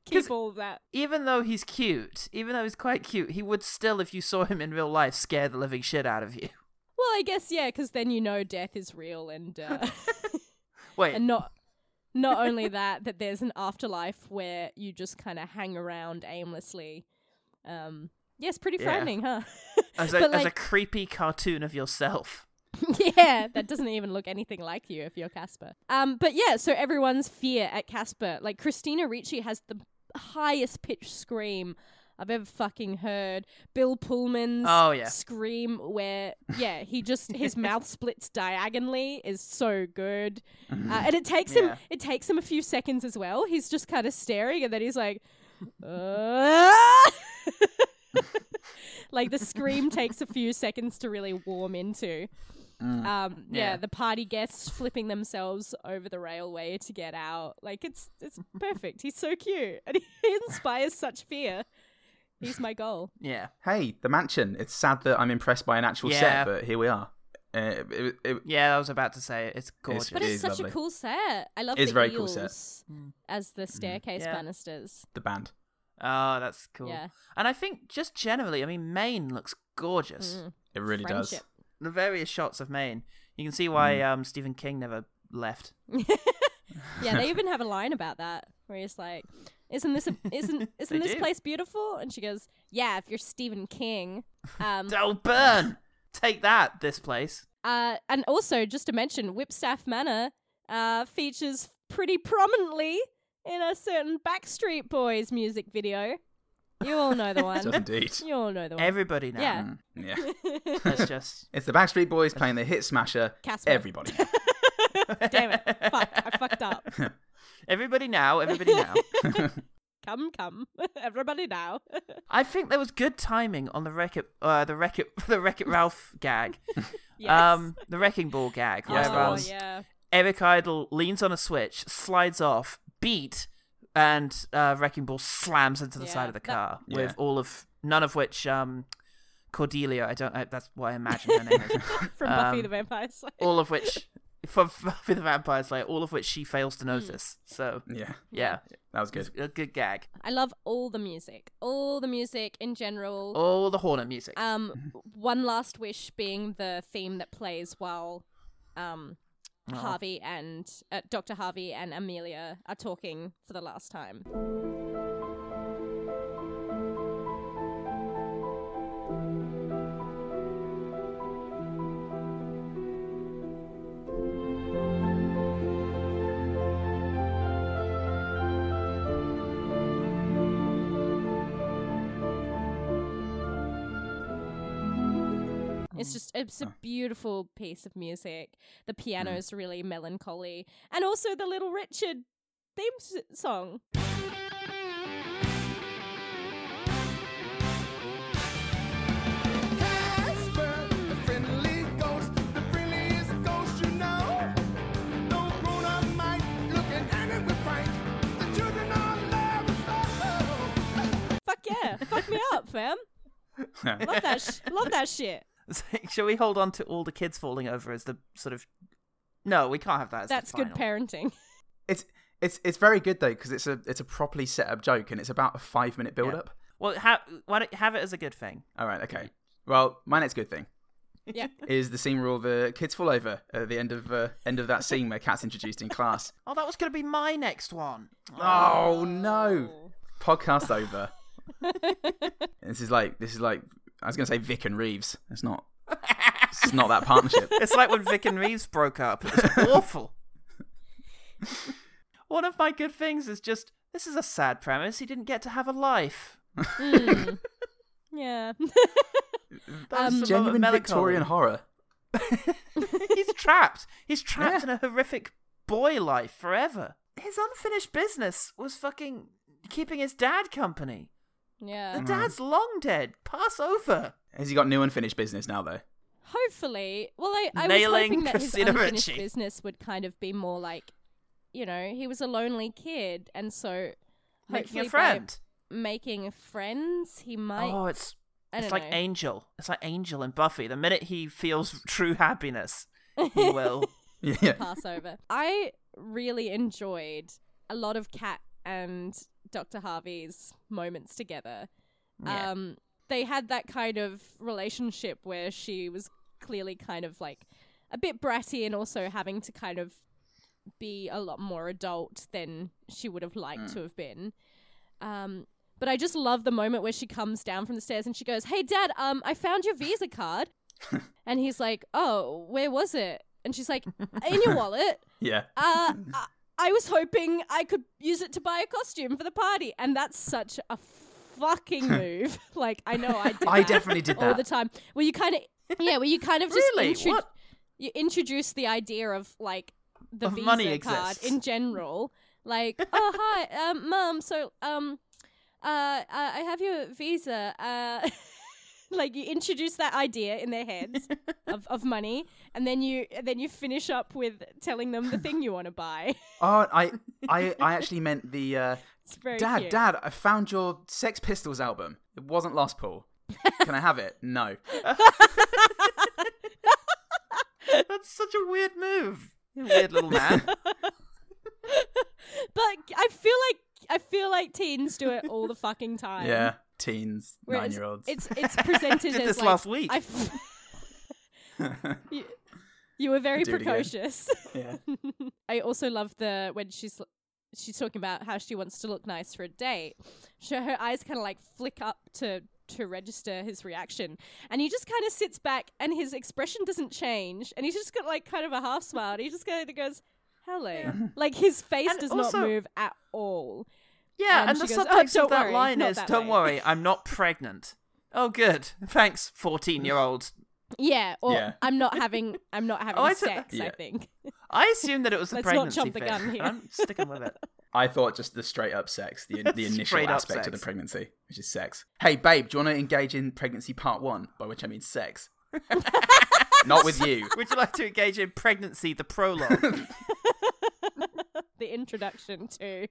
C: Keep all of that.
A: Even though he's cute, even though he's quite cute, he would still, if you saw him in real life, scare the living shit out of you.
C: Well, I guess yeah, because then you know death is real, and uh,
A: Wait.
C: and not not only that, that there's an afterlife where you just kind of hang around aimlessly. Um, yes, pretty
A: Yeah.
C: frightening, huh?
A: As a,
C: But,
A: as a
C: like-
A: creepy cartoon of yourself.
C: yeah, that doesn't even look anything like you if you're Casper. Um, but yeah, so everyone's fear at Casper, like Christina Ricci has the highest pitch scream I've ever fucking heard. Bill Pullman's
A: Oh, yeah.
C: scream where yeah, he just his mouth splits diagonally is so good, uh, and it takes him
L: Yeah.
C: it takes him a few seconds as well. He's just kind of staring, and then he's like. "Ah!" like the scream takes a few seconds to really warm into.
L: Mm.
C: Um, yeah.
L: Yeah.
C: the party guests flipping themselves over the railway to get out. Like it's it's perfect. He's so cute, and he inspires such fear. He's my goal.
A: Yeah.
B: Hey, the mansion. It's sad that I'm impressed by an actual
A: Yeah.
B: set, but here we are. Uh, it- it- it-
A: Yeah, I was about to say it. It's gorgeous.
C: But
B: It
C: it's
B: is
C: such
B: lovely.
C: a cool set. I love
B: It's
C: the
B: very cool
C: eels
B: set. Mm.
C: as the staircase
A: Yeah.
C: banisters.
B: the band.
A: Oh, that's cool.
C: Yeah.
A: And I think just generally, I mean, Maine looks gorgeous.
C: Mm.
B: It really does. Friendship.
A: The various shots of Maine. You can see why
B: Mm.
A: um, Stephen King never left.
C: Yeah, they even have a line about that where he's like, "Isn't this a, isn't
A: They
C: isn't this
A: do.
C: place beautiful?" And she goes, "Yeah, if you're Stephen King." Um,
A: Don't burn! Take that, this place.
C: Uh, and also, just to mention, Whipstaff Manor uh, features pretty prominently in a certain Backstreet Boys music video. You all know the one.
B: does indeed. Mm,
C: You all know the one.
A: Everybody now.
C: Yeah.
B: Yeah.
A: That's just.
B: It's the Backstreet Boys playing the hit smasher.
C: Casper.
B: Everybody.
C: Damn it. Fuck. I fucked up.
A: Everybody now, everybody now.
C: Come, come. Everybody now.
A: I think there was good timing on the wreck it, uh, the wreck it, the wreck it Ralph gag,
C: Yes. Oh,
A: um, the wrecking ball gag.
B: Yes,
A: where,
B: there
A: um,
B: was.
C: yeah.
A: Eric Idle leans on a switch, slides off, beat, and uh, wrecking ball slams into the
C: Yeah,
A: side of the
C: that-
A: car
B: Yeah.
A: with all of none of which um, Cordelia. I don't. I, that's what I imagine her name is
C: From Buffy
A: Um,
C: the Vampire Slayer.
A: All of which from Buffy the Vampire Slayer. All of which she fails
C: Hmm.
A: to notice. So
B: Yeah.
A: yeah,
B: That was good.
A: It's a good gag.
C: I love all the music, all the music in general.
A: All the Hornet music.
C: Um, one last wish being the theme that plays while, um,
A: Aw.
C: Harvey and uh, Doctor Harvey and Amelia are talking for the last time. It's just it's a beautiful piece of music. The piano's really melancholy, and also the Little Richard theme s- song. Fuck yeah, fuck me up, fam. Love that. Sh- love that shit.
A: Shall we hold on to all the kids falling over as the sort of? No, we can't have that. As the
C: That's good
A: final.
C: parenting.
B: It's it's it's very good though because it's a it's a properly set up joke and it's about a five minute build up.
A: Well, ha- why don't you have it as a good thing?
B: All right, okay. Well, my next good thing
C: Yeah.
B: is the scene where all the kids fall over at the end of uh, end of that scene where Cat's introduced in class.
A: Oh, that was going to be my next one.
B: Oh no! Podcast over. this is like this is like I was gonna say Vic and Reeves. It's not. It's not that partnership.
A: it's like when Vic and Reeves broke up. It's awful. One of my good things is just this is a sad premise. He didn't get to have a life.
C: Mm. yeah.
A: That's
C: Um,
A: a
B: Genuine
A: melancholy.
B: Victorian horror.
A: He's trapped. He's trapped in a horrific boy life forever. His unfinished business was fucking keeping his dad company. The
C: Yeah.
A: dad's long dead. Pass over.
B: Has he got new unfinished business now though?
C: Hopefully, well, I, I was
A: Nailing
C: hoping that his
A: Christina
C: unfinished
A: Ricci.
C: business would kind of be more like, you know, he was a lonely kid, and so
A: Making
C: hopefully
A: a friend.
C: by making friends, he might.
A: oh, it's
C: I
A: it's
C: don't
A: like
C: know.
A: Angel. It's like Angel and Buffy. The minute he feels true happiness, he will.
B: Yeah.
C: Passover. I really enjoyed a lot of Cat and Dr. Harvey's moments together.
A: Yeah.
C: Um, they had that kind of relationship where she was clearly kind of like a bit bratty and also having to kind of be a lot more adult than she would have liked to have been. Um, but I just love the moment where she comes down from the stairs and she goes, "Hey, Dad, um, I found your Visa card," and he's like, "Oh, where was it?" And she's like, "In your wallet."
B: Yeah.
C: Uh, I, I was hoping I could use it to buy a costume for the party, and that's such a fucking move. like I know I did.
B: I
C: that
B: definitely did
C: all
B: that.
C: the time. Where you kind of, yeah, where you kind of just
A: Really?
C: intro-
A: What?
C: you introduce the idea of like the
A: Of
C: Visa
A: money
C: card
A: exists.
C: in general. Like, oh hi, um, mum. So, um, uh, I I have your Visa. Uh, like you introduce that idea in their heads of, of money, and then you and then you finish up with telling them the thing you want to buy.
B: Oh, I I I actually meant the uh,
C: It's very
B: Dad,
C: cute.
B: Dad, I found your Sex Pistols album. It wasn't Lost Paul. Can I have it? No.
A: That's such a weird move. You weird little man.
C: But I feel like I feel like teens do it all the fucking time.
B: Yeah. Teens,
C: Whereas
B: nine year olds.
C: It's it's presented
A: Did
C: as
A: this
C: like,
A: last week.
C: I f- you, you were very
B: Do it again.
C: precocious.
B: Yeah.
C: I also love the when she's she's talking about how she wants to look nice for a date. So her eyes kind of like flick up to to register his reaction, and he just kind of sits back, and his expression doesn't change, and he's just got like kind of a half smile. And he just kind of goes. Hello. Like his face
A: And
C: does
A: also-
C: not move at all.
A: Yeah,
C: And
A: and,
C: she
A: the
C: goes, "Oh,
A: subtext
C: don't
A: of that
C: worry,
A: line
C: not
A: is
C: that
A: Don't
C: way."
A: worry, I'm not pregnant. Oh, good. Thanks, 14 year old.
C: Yeah, or
B: Yeah.
C: I'm not having I'm not having
A: Oh, I said-
C: sex, I
B: Yeah.
C: think.
A: I assumed that it was the
C: Let's not
A: pregnancy
C: jump the
A: thing.
C: gun here.
A: I'm sticking with it.
B: I thought just the straight up sex, the, the initial
A: Straight up
B: aspect of the
A: sex.
B: pregnancy, which is sex. Hey, babe, do you want to engage in pregnancy part one? By which I mean sex. Not with you.
A: Would you like to engage in pregnancy, the prologue?
C: the introduction to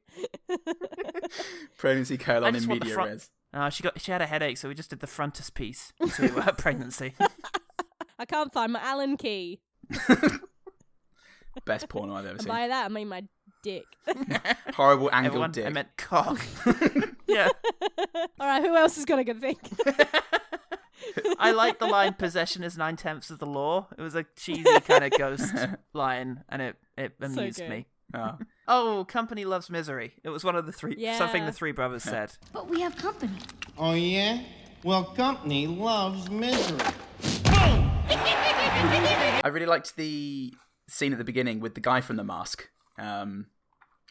B: Pregnancy
A: I
B: colon
A: just
B: in
A: want the
B: media
A: front-
B: res.
A: Uh, she got she had a headache, so we just did the frontispiece to her pregnancy.
C: I can't find my Allen key.
B: Best porno I've ever
C: And
B: seen.
C: by that, I mean my dick.
B: Horrible angled
A: Everyone,
B: dick.
A: I meant cock.
C: All right, who else has got a good thing?
A: I like the line "possession is nine tenths of the law." It was a cheesy kind of ghost line, and it it
C: So
A: amused
C: good.
A: me.
B: Oh.
A: Oh, company loves misery. It was one of the three something
L: Yeah.
A: the three brothers said.
L: But we have company.
G: Oh, yeah? Well, company loves misery.
B: I really liked the scene at the beginning with the guy from the mask. Um,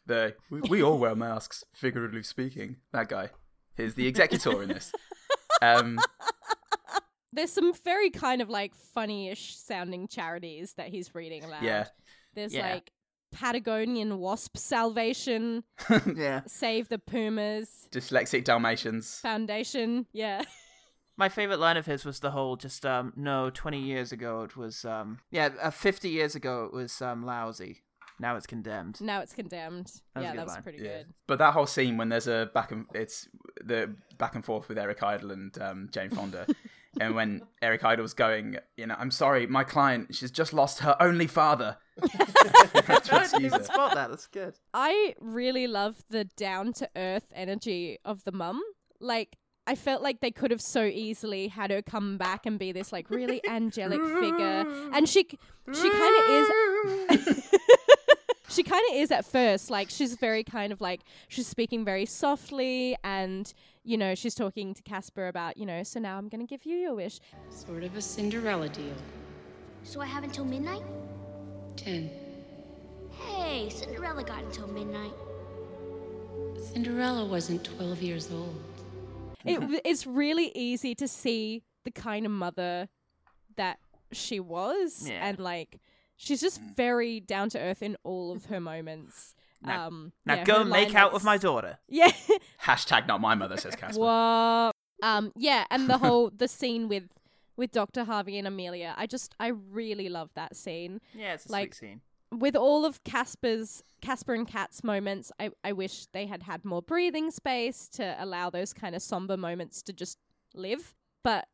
B: the we, we all wear masks, figuratively speaking. That guy is the executor in this. Um,
C: There's some very kind of like funny-ish sounding charities that he's reading aloud.
B: yeah,
C: There's
B: Yeah.
C: like Patagonian Wasp Salvation,
B: yeah.
C: Save the Pumas
B: Dyslexic Dalmatians.
C: Foundation. Yeah.
A: My favorite line of his was the whole just um no, 20 years ago it was um yeah, uh, 50 years ago it was um lousy. Now it's condemned.
C: Now it's condemned.
A: That was a
C: yeah,
A: good
C: that was
A: line.
C: pretty
B: Yeah.
C: good.
B: But that whole scene when there's a back and it's the back and forth with Eric Idle and um, Jane Fonda, and when Eric Idle's going, you know, I'm sorry, my client, she's just lost her only father. That's
A: I
B: what's
A: didn't even
B: used.
A: spot that. That's good.
C: I really love the down to earth energy of the mum. Like, I felt like they could have so easily had her come back and be this like really angelic figure, and she c- she kind of is. She kind of is at first. Like, she's very kind of like, she's speaking very softly, and, you know, she's talking to Casper about, you know, so now I'm going to give you your wish.
M: Sort of a Cinderella deal.
K: So I have until midnight?
M: Ten.
K: Hey, Cinderella got until midnight.
M: Cinderella wasn't 12 years old.
C: it,
A: Mm-hmm.
C: w- it's really easy to see the kind of mother that she was
M: Yeah.
C: and like she's just very down to earth in all of her moments
A: Now-
C: um
A: Now
C: yeah,
A: go
C: her
A: make
C: line
A: out
C: that's-
A: with my daughter.
C: yeah
B: Hashtag not my mother says Casper.
C: what um yeah and the whole the scene with with dr harvey and amelia i just i really love that scene
A: Yeah, it's a
C: like
A: sweet scene.
C: with all of Casper's Casper and Kat's moments, I, I wish they had had more breathing space to allow those kind of somber moments to just live. But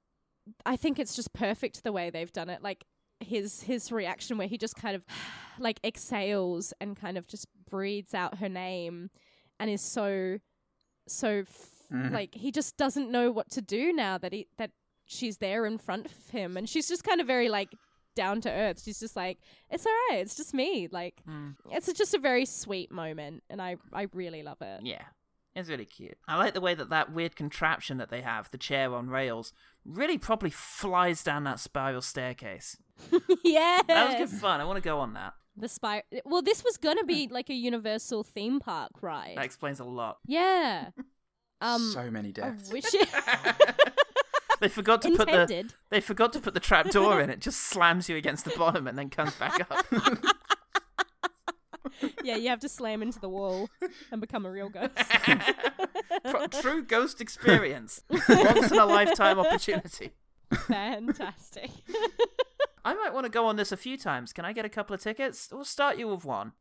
C: I think it's just perfect the way they've done it. Like his his reaction where he just kind of like exhales and kind of just breathes out her name and is so so f-
M: Mhm.
C: like he just doesn't know what to do now that he that she's there in front of him and she's just kind of very like down to earth she's just like it's all right it's just me like
A: Mm.
C: it's just a very sweet moment and i i really love it
A: Yeah. It's really cute. I like the way that that weird contraption that they have, the chair on rails, really probably flies down that spiral staircase.
C: yeah
A: That was good fun. I want to go on that.
C: the spire well this was gonna be like a universal theme park ride
A: That explains a lot.
C: yeah um
B: so many deaths.
C: I wish it
A: They forgot to put the
C: Intended.
A: they forgot to put the trap door in. It just slams you against the bottom and then comes back up.
C: yeah you have to slam into the wall and become a real ghost
A: Pro- true ghost experience. Once in a lifetime opportunity.
C: fantastic
A: I might want to go on this a few times. Can I get a couple of tickets? We'll start you with one.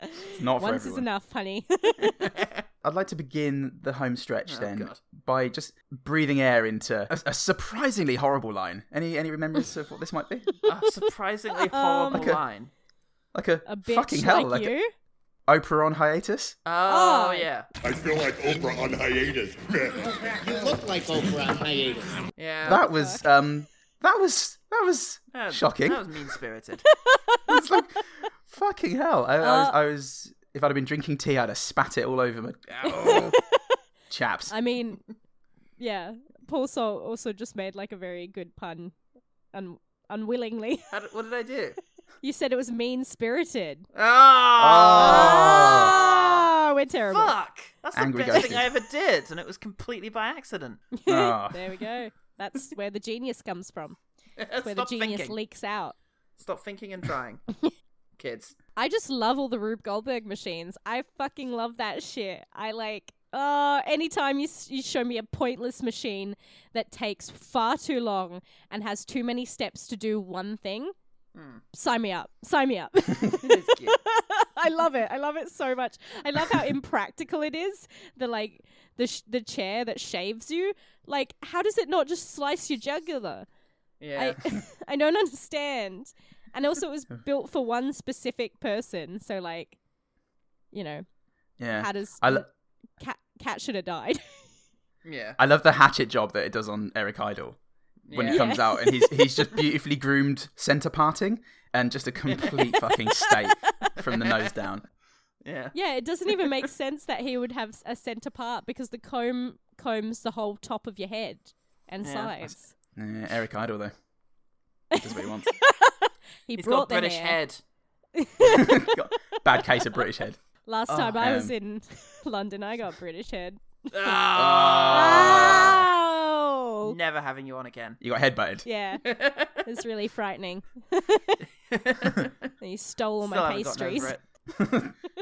B: It's not for
C: once is
B: everyone.
C: enough honey
B: I'd like to begin the home stretch
A: Oh,
B: then
A: God.
B: by just breathing air into a, a surprisingly horrible line. Any any remembrance of what this might be?
A: A
C: Um,
A: surprisingly horrible
B: Like a-
A: line.
B: Like a,
C: a bitch
B: fucking hell,
C: like,
B: like a-
C: you
B: Oprah on hiatus.
A: Oh,
C: Oh.
A: yeah.
N: I feel like Oprah on hiatus.
G: You look like Oprah on hiatus.
A: Yeah.
B: that was um that was that was
A: That-
B: shocking.
A: That was mean spirited.
B: it's like fucking hell. I, I,
A: Uh,
B: was, I was if I'd have been drinking tea, I'd have spat it all over my
A: Oh.
B: Ow. chaps.
C: i mean yeah paul so also just made like a very good pun un- unwillingly
A: How did, what did I do?
C: you said it was mean spirited
A: Oh,
B: Ah.
C: oh we're terrible
A: fuck! That's
B: Angry
A: the best
B: ghosting.
A: thing I ever did, and it was completely by accident.
B: Ah.
C: there we go that's where the genius comes from That's where
A: Stop
C: the genius
A: thinking.
C: leaks out
A: Stop thinking and trying, kids.
C: I just love all the Rube Goldberg machines. I fucking love that shit. I like. Oh, anytime you, s- you show me a pointless machine that takes far too long and has too many steps to do one thing, sign me up. Sign me up.
A: It is cute.
C: I love it. I love it so much. I love how impractical it is. The like the sh- the chair that shaves you. Like, how does it not just slice your jugular?
A: Yeah.
C: I, I don't understand. And also, it was built for one specific person. So, like, you know,
B: Yeah.
C: how does
B: I lo-
C: cat cat should have died?
A: Yeah.
B: I love the hatchet job that it does on Eric Idle when
C: Yeah.
B: he comes
C: Yeah.
B: out and he's he's just beautifully groomed center parting and just a complete fucking state from the nose down.
A: Yeah.
C: Yeah, it doesn't even make sense that he would have s- a center part because the comb combs the whole top of your head and
B: Yeah.
C: sides.
B: Yeah, Eric Idle though. That's what he wants.
C: He
A: He's
C: brought
A: got
C: the
A: British
C: hair.
A: head.
B: Bad case of British head.
C: Last
A: Oh,
C: time I was
B: um,
C: in London, I got British head.
A: Ah.
C: Ow!
A: Never having you on again.
B: You got headbutted.
C: Yeah, it's really frightening. he stole all
A: Still
C: my
A: haven't gotten over
C: pastries.
A: it.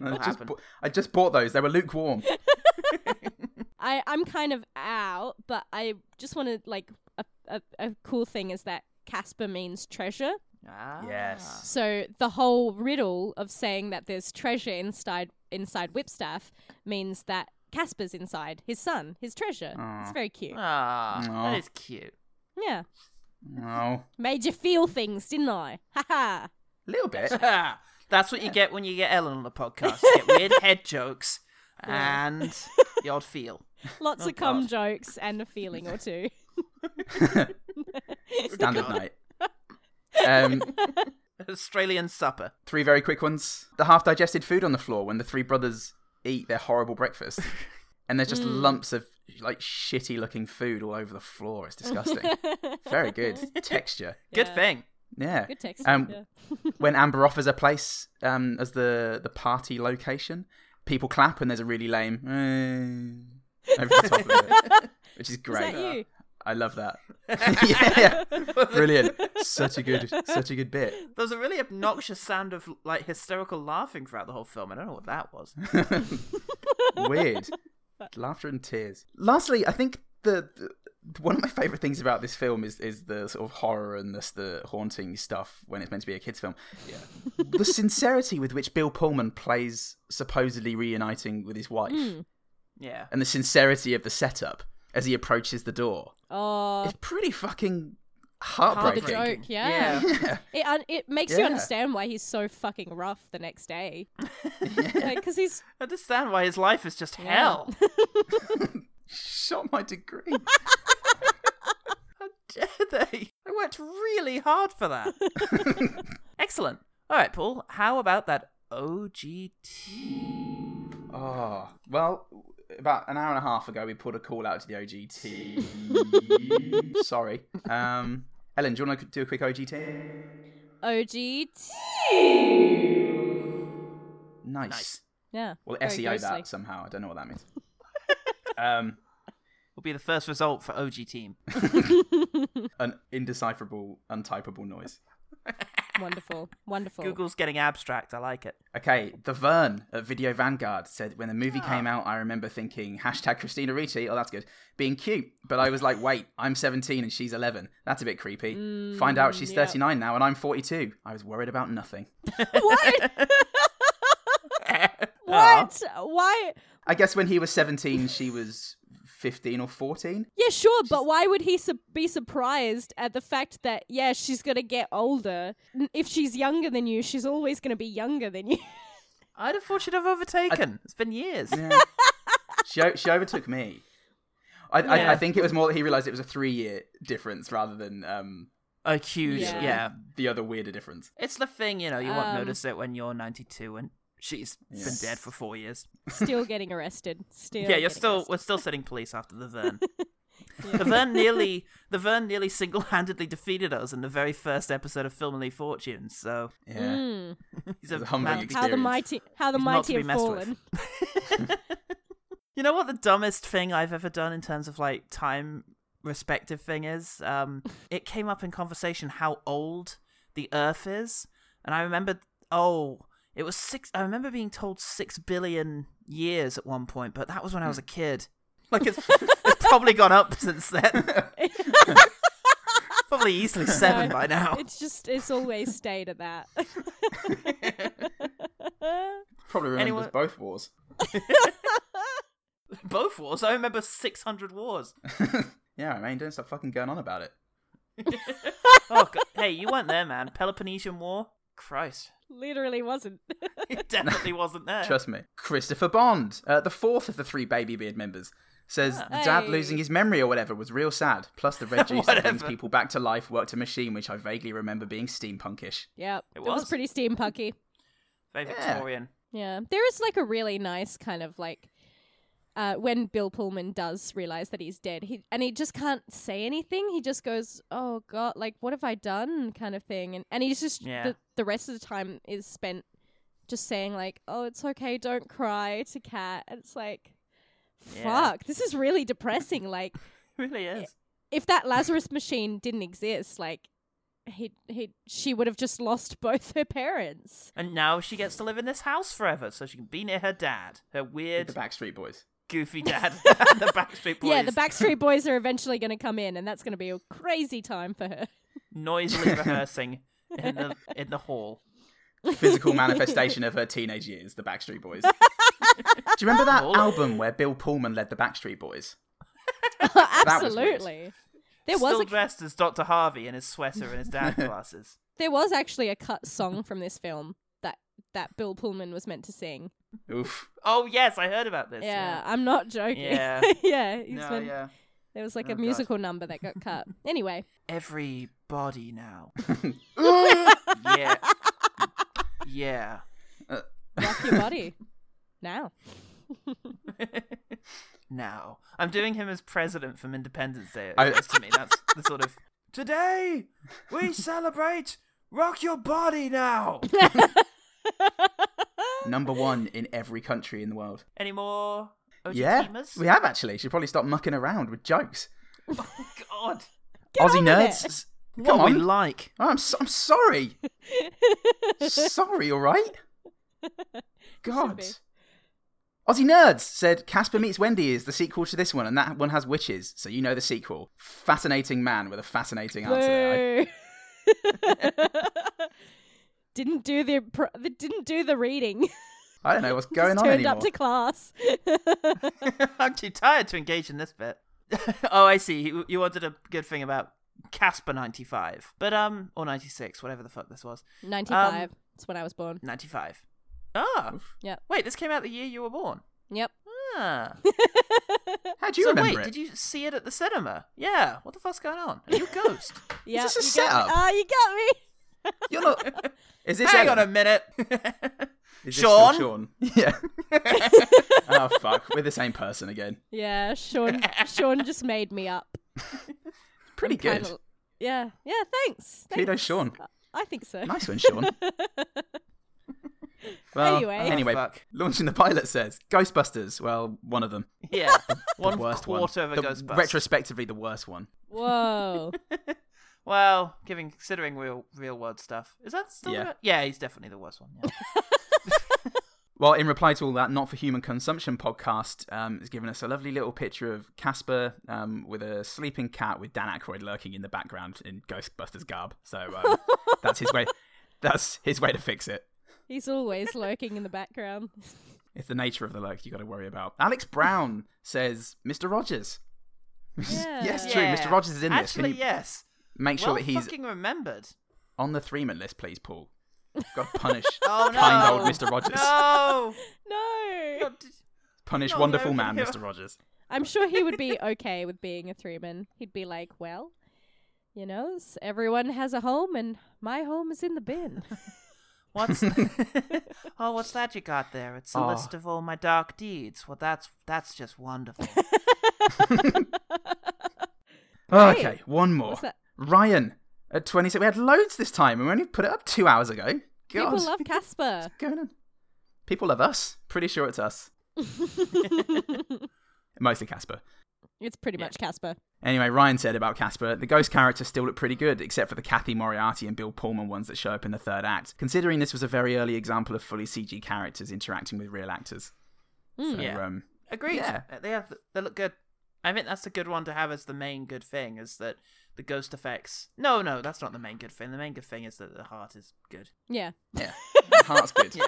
B: I, just
A: happened?
B: bought, I just bought those. They were lukewarm.
C: I I'm kind of out, but I just wanted like a a, a cool thing is that Casper means treasure.
A: Ah.
B: Yes.
C: So the whole riddle of saying that there's treasure inside inside Whipstaff means that Casper's inside his son, his treasure. It's
B: Aw.
C: very cute.
A: Ah,
B: Aw.
A: that is cute.
C: Yeah,
B: Oh,
C: made you feel things, didn't I? Ha ha.
B: a little bit.
A: That's what you get when you get Ellen on the podcast. You get weird head jokes and the odd feel.
C: Lots
A: Oh,
C: of cum
A: God.
C: jokes and a feeling or two.
B: Standard night. Um,
A: Australian supper.
B: three very quick ones. The half digested food on the floor when the three brothers eat their horrible breakfast. And there's just
C: Mm.
B: lumps of like shitty looking food all over the floor. It's disgusting. very good texture.
A: Good thing.
B: Yeah.
C: Good text.
B: Um,
C: yeah.
B: when Amber offers a place um, as the the party location, people clap and there's a really lame "Eh," over the top of it, which
C: Is
B: is great.
C: that you?
B: I love that. yeah, brilliant. Such a good, such a good bit.
A: There was a really obnoxious sound of like hysterical laughing throughout the whole film. I don't know what that was.
B: Weird. Laughter and tears. Lastly, I think the, the one of my favorite things about this film is is the sort of horror and this the haunting stuff when it's meant to be a kids film. Yeah. the sincerity with which Bill Pullman plays supposedly reuniting with his wife
A: Yeah.
B: and the sincerity of the setup as he approaches the door.
C: Oh,
B: It's pretty fucking
C: part of
B: heartbreaking.
C: the joke.
A: Yeah.
C: Yeah. It un- it makes you
B: Yeah.
C: understand why he's so fucking rough the next day. Because he's
A: I understand why his life is just hell.
B: Shot my degree.
A: Dare they? I worked really hard for that. Excellent. All right, Paul. How about that OGT?
B: Oh, well, about an hour and a half ago, we put a call out to the OGT. Sorry. Um, Ellen, do you want to do a quick OGT?
C: OGT.
B: Nice.
C: Yeah.
B: Well,
C: very
A: E
B: SEO
C: ghostly.
B: that somehow. I don't know what that means. um,
A: Will be the first result for OG team.
B: an indecipherable, untypable noise.
C: Wonderful. Wonderful.
A: Google's getting abstract. I like it.
B: Okay, the Vern at Video Vanguard said when the movie
A: Ah.
B: came out, I remember thinking hashtag Christina Ricci. Oh, that's good. Being cute, but I was like, wait, I'm 17 and she's 11. That's a bit creepy. Find out
A: Mm,
B: she's 39 now and I'm 42. I was worried about nothing.
C: what?
A: Aw.
C: what? Why?
B: I guess when he was 17, she was 15 or 14.
C: Yeah, sure, but why would he su- be surprised at the fact that yeah, she's gonna get older. N- If she's younger than you, she's always gonna be younger than you.
A: I'd have thought she'd have overtaken. it's been years.
B: Yeah. she, o- she overtook me. I, I, I
A: Yeah.
B: think it was more that he realized it was a three year difference rather than um,
A: A huge,
C: Yeah.
A: yeah.
B: the other weirder difference.
A: It's the thing, you know, you won't
C: Um,
A: notice it when you're 92 and she's been dead for four years.
C: still getting arrested. Still.
A: Yeah, you're
C: getting
A: still
C: arrested.
A: we're still sitting police after the Vern. The Vern nearly the Vern nearly single handedly defeated us in the very first episode of Filmily Fortune. So
B: Yeah.
C: Mm.
A: he's a,
B: It's a humbling
A: man-
B: experience.
C: How the mighty, how the
A: He's not
C: mighty
A: to be
C: have
A: messed
C: fallen.
A: with. You know what the dumbest thing I've ever done in terms of like time respective thing is? Um, it came up in conversation how old the Earth is, and I remembered. Oh, it was six. I remember being told six billion years at one point, but that was when I was a
C: Mm.
A: kid. Like it's, it's probably gone up since then. probably easily seven by now.
C: It's just it's always stayed at that.
B: Probably remembers
A: Anyone-
B: both wars.
A: Both wars. I remember 600 wars.
B: Yeah, I mean, don't stop fucking going on about it.
A: Oh, God. hey, you weren't there, man. Peloponnesian War. Christ,
C: Literally wasn't.
A: it definitely wasn't there.
B: Trust me. Christopher Bond, uh, the fourth of the three Baby Beard members, says
A: Ah.
B: dad
C: Hey.
B: losing his memory or whatever was real sad. Plus, the red juice that brings
A: Whatever.
B: people back to life worked a machine, which I vaguely remember being steampunkish.
C: Yep.
A: It
C: It
A: was?
C: was pretty steampunky.
A: Very
B: Yeah.
A: Victorian.
C: Yeah, there is like a really nice kind of like uh, when Bill Pullman does realize that he's dead, he and he just can't say anything. He just goes, "Oh God, like what have I done?" kind of thing, and and he's just
A: Yeah.
C: the the rest of the time is spent just saying like, "Oh, it's okay, don't cry" to Cat, and it's like,
A: Yeah.
C: fuck, this is really depressing. like,
A: really is.
C: if that Lazarus machine didn't exist, like he he she would have just lost both her parents.
A: And now she gets to live in this house forever, so she can be near her dad, her weird,
B: The Backstreet Boys.
A: goofy dad, the Backstreet Boys.
C: Yeah, the Backstreet Boys are eventually going to come in, and that's going to be a crazy time for her.
A: noisily rehearsing in the in the hall.
B: Physical manifestation of her teenage years, the Backstreet Boys. Do you remember that
A: Lol.
B: album where Bill Pullman led the Backstreet Boys? was weird.
C: Absolutely. There was
A: Still
C: a,
A: dressed as Doctor Harvey in his sweater and his dad glasses.
C: there was actually a cut song from this film that that Bill Pullman was meant to sing.
B: Oof.
A: Oh yes, I heard about this.
C: yeah, I'm not joking.
A: Yeah.
C: yeah, he's
B: No,
C: meant-
B: yeah.
C: There was like
A: Oh,
C: a
A: God.
C: musical number that got cut. Anyway,
A: Everybody now. yeah. Yeah.
C: rock your body now.
A: now. I'm doing him as president from Independence Day.
B: I-
A: That's to me. That's the sort of today we celebrate rock your body now.
B: Number one in every country in the world.
A: Any more?
C: Oh,
A: OG
B: yeah,
A: teamers?
B: we have actually. Should probably stop mucking around with jokes.
A: God.
B: Aussie
C: on with it.
B: nerds. s- Come
A: what
B: on.
A: we like.
B: Oh, I'm so- I'm sorry. sorry, all right. God.
C: be.
B: Aussie Nerds said Casper Meets Wendy is the sequel to this one, and that one has witches, so you know the sequel. Fascinating man with a fascinating answer. there.
C: Boo. didn't do the pro- the- didn't do the reading.
B: I, I don't know what's going
C: Just
B: on
C: turned
B: anymore.
C: up to class.
A: I'm too tired to engage in this bit. oh, I see. You, you wanted a good thing about Casper 95. But, um, or 96, whatever the fuck this was.
B: Um,
C: 95. That's when I was born.
A: 95. Ah.
C: Yep.
A: Wait, this came out the year you were born.
C: Yep.
A: Ah.
B: How do you
A: so
B: remember
A: wait,
B: it?
A: did you see it at the cinema? Yeah. What the fuck's going on? Are you a ghost?
C: Yeah.
B: this a
C: you got me.
B: setup?
C: Ah, you got me.
B: You're not. Is this
A: Hang on
B: Ellen?
A: a minute.
B: Is this still
A: Sean?
B: Sean. Yeah. oh fuck, we're the same person again.
C: Yeah, Sean. Sean just made me up.
B: Pretty good.
C: Kinda- Yeah. Yeah. Thanks. thanks.
B: Kudos, Sean.
C: I think so.
B: Nice one, Sean. well,
C: Anyway. Oh,
A: Ah, fuck.
B: launching the pilot says Ghostbusters. Well, one of them.
A: yeah. One
B: the worst
A: quarter
B: one.
A: of a
B: The-
A: Ghostbusters.
B: Retrospectively, the worst one.
C: Whoa.
A: well, given considering real real world stuff, is that still?
B: Yeah.
A: the- yeah, he's definitely the worst one. Yeah.
B: Well, in reply to all that, Not for Human Consumption podcast um, has given us a lovely little picture of Casper um, with a sleeping cat with Dan Aykroyd lurking in the background in Ghostbusters garb. So um, that's his way. That's his way to fix it.
C: He's always lurking in the background.
B: It's the nature of the lurk you got to worry about. Alex Brown says Mr. Rogers.
C: Yeah.
B: yes, true.
A: Yeah.
B: Mr. Rogers is in this. Can
A: Actually,
B: you
A: yes.
B: make sure
A: well
B: that he's
A: fucking remembered.
B: on the three-man list, please, Paul? Got to punish
A: Oh no,
B: kind old Mr. Rogers.
A: No,
C: No.
A: God, did-
B: Punish
A: No,
B: wonderful
A: no,
B: man,
A: no.
B: Mr. Rogers.
C: I'm sure he would be okay with being a three man. He'd be like, well, you know, s- everyone has a home, and my home is in the bin.
A: what's oh, what's that you got there? It's a
B: Oh.
A: list of all my dark deeds. Well, that's that's just wonderful.
B: Okay, one more.
C: What's that?
B: Ryan at 26. We had loads this time, and we only put it up two hours ago. God.
C: People love Casper.
B: What's going on? People love us. Pretty sure it's us. Mostly Casper.
C: It's pretty much Casper.
B: Anyway, Ryan said about Casper, the ghost characters still look pretty good, except for the Kathy Moriarty and Bill Pullman ones that show up in the third act, considering this was a very early example of fully CG characters interacting with real actors. So,
A: Yeah.
B: um,
A: Agreed.
B: Yeah.
A: Uh, They have they look good. I think that's a good one to have as the main good thing is that the ghost effects. No, no, that's not the main good thing. The main good thing is that the heart is good.
C: Yeah.
B: yeah. Heart's good.
A: Yeah.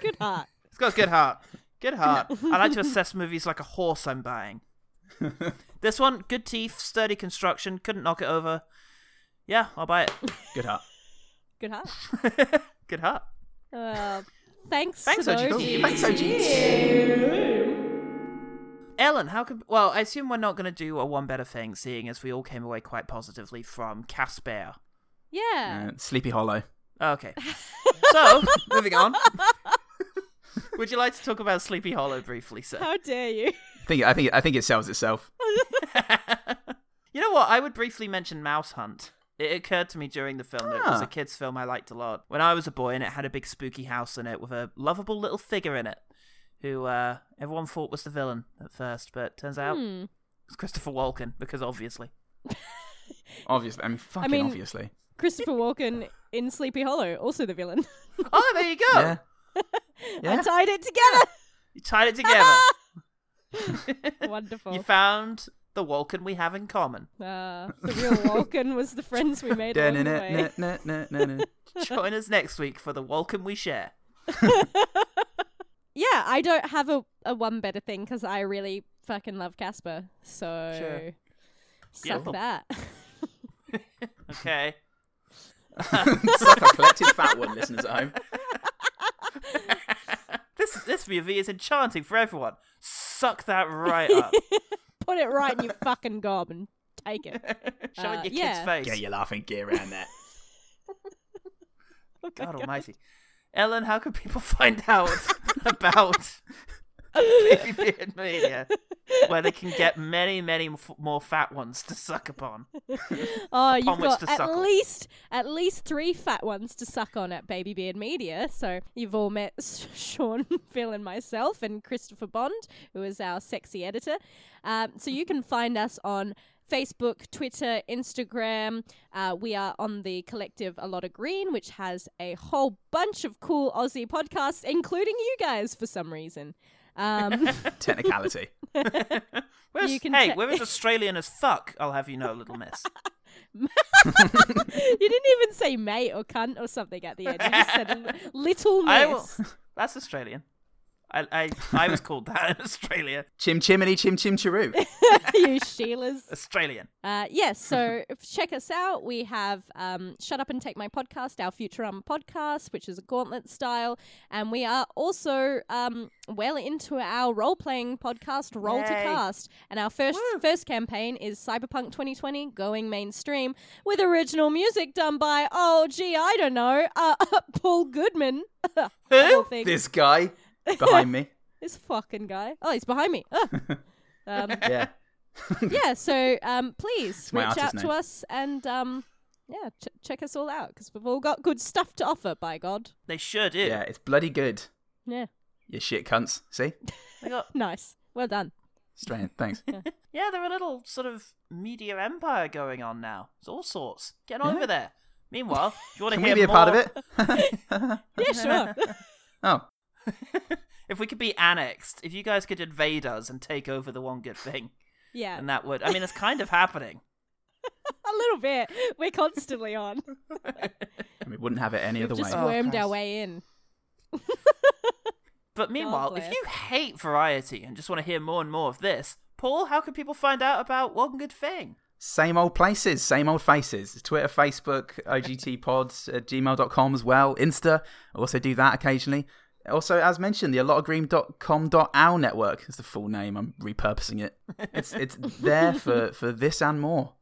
C: Good heart.
A: It's got a good heart. Good heart. I like to assess movies like a horse I'm buying. this one, good teeth, sturdy construction, couldn't knock it over. Yeah, I'll buy it.
B: Good heart.
C: Good heart.
A: Good heart.
C: Uh, thanks.
A: Thanks, OG.
C: Oji.
A: Thanks, OG. Ellen, how could. Well, I assume we're not going to do a one better thing, seeing as we all came away quite positively from Casper.
C: Yeah.
B: Uh, Sleepy Hollow.
A: Okay. So, moving on. Would you like to talk about Sleepy Hollow briefly, sir?
C: How dare you?
B: I think I think I think it sells itself.
A: You know what? I would briefly mention Mouse Hunt. It occurred to me during the film that it was
B: Ah.
A: a kids' film I liked a lot when I was a boy, and it had a big spooky house in it with a lovable little figure in it, who uh, everyone thought was the villain at first, but turns out
C: Hmm.
A: it's Christopher Walken because obviously.
B: Obviously, I mean, fucking
C: mean-
B: obviously.
C: Christopher Walken in Sleepy Hollow, also the villain.
A: Oh, there you go.
B: Yeah.
C: I tied it together.
A: You tied it together.
C: Wonderful.
A: you found the Walken we have in common.
C: Uh, the real Walken was the friends we made along the way.
B: Da-na-na-na-na-na-na.
A: Join us next week for the Walken we share.
C: Yeah, I don't have a, a one better thing because I really fucking love Casper. So
A: Sure.
C: suck
A: Beautiful.
C: that.
A: Okay.
B: Suck our collective fat one, listeners at home.
A: This this movie is enchanting for everyone. Suck that right up.
C: Uh, Put it right in your fucking gob and take it.
A: Show it in
C: Uh,
A: your kid's
C: yeah.
A: face.
B: Get your laughing gear around there.
A: God almighty. Ellen, how can people find out about Baby Beard Media? Where they can get many, many f- more fat ones to suck upon.
C: Oh,
A: upon
C: you've
A: which
C: got
A: to
C: at
A: suckle.
C: least at least three fat ones to suck on at Baby Beard Media. So you've all met Sean, Phil, and myself, and Christopher Bond, who is our sexy editor. Um, so you can find us on. Facebook, Twitter, Instagram. Uh, we are on the collective A Lot of Green, which has a whole bunch of cool Aussie podcasts, including you guys for some reason. Um,
B: Technicality.
A: Where's-
C: You can
A: hey,
C: check-
A: we're as Australian as fuck, I'll have you know, little miss.
C: you didn't even say mate or cunt or something at the end. You just said l- little miss.
A: I will. That's Australian. I, I, I was called that in Australia.
B: Chim chiminy chim chim chiroo.
C: you Sheilas.
A: Australian.
C: Uh, yes, so if- check us out. We have um, Shut Up and Take My podcast, our Futurama podcast, which is a gauntlet style. And we are also um, well into our role playing podcast, Roll to
M: Yay.
C: Cast. And our first first campaign is Cyberpunk 2020 going mainstream with original music done by, oh, gee, I don't know, uh, Paul Goodman. The whole thing.
B: This guy behind me.
C: This fucking guy. Oh, he's behind me. Ah. um,
B: Yeah.
C: yeah so um please
B: It's my
C: reach
B: artist
C: out
B: name.
C: to us and um yeah ch- check us all out because we've all got good stuff to offer by god
A: They sure do.
B: Yeah, it's bloody good.
C: yeah
B: You shit cunts. See?
A: They got-
C: nice well done
B: Australian. Thanks.
A: yeah, they're a little sort of media empire going on now. It's all sorts. Get over there. Meanwhile, if you want to
B: Can
A: hear
B: we be a
A: more,
B: part of it?
C: yeah sure
B: Oh.
A: if we could be annexed, if you guys could invade us and take over the one good thing,
C: yeah
A: and that would, I mean, it's kind of happening.
C: a little bit we're constantly on
B: We wouldn't have it any other
C: we've just
B: way. Oh,
C: wormed our way in
A: But meanwhile, if
C: bless.
A: you hate variety and just want to hear more and more of this, Paul, how can people find out about one good thing?
B: Same old places, same old faces. Twitter, Facebook, OGT pods, uh, gmail.com as well, Insta. I also do that occasionally. Also, as mentioned, the alotofgreen.com.ow network is the full name. I'm repurposing it. It's it's there for, for this and more.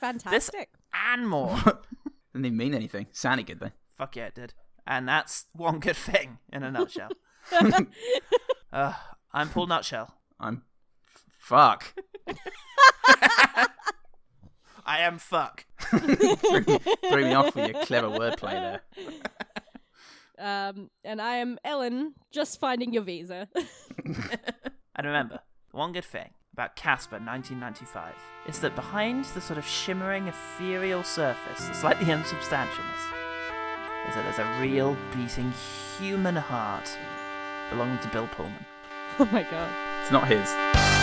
C: fantastic
A: And more.
B: Didn't even mean anything. Sounded good though.
A: Fuck yeah, it did. And that's one good thing in a nutshell. uh, I'm Paul Nutshell.
B: I'm f- fuck.
A: I am fuck.
B: threw, me, threw me off with your clever wordplay there.
C: um and i am ellen just finding your visa
A: And remember, the one good thing about Casper 1995 is that behind the sort of shimmering, ethereal surface, the slightly unsubstantialness, is that there's a real beating human heart belonging to Bill Pullman.
C: oh my god
B: It's not his.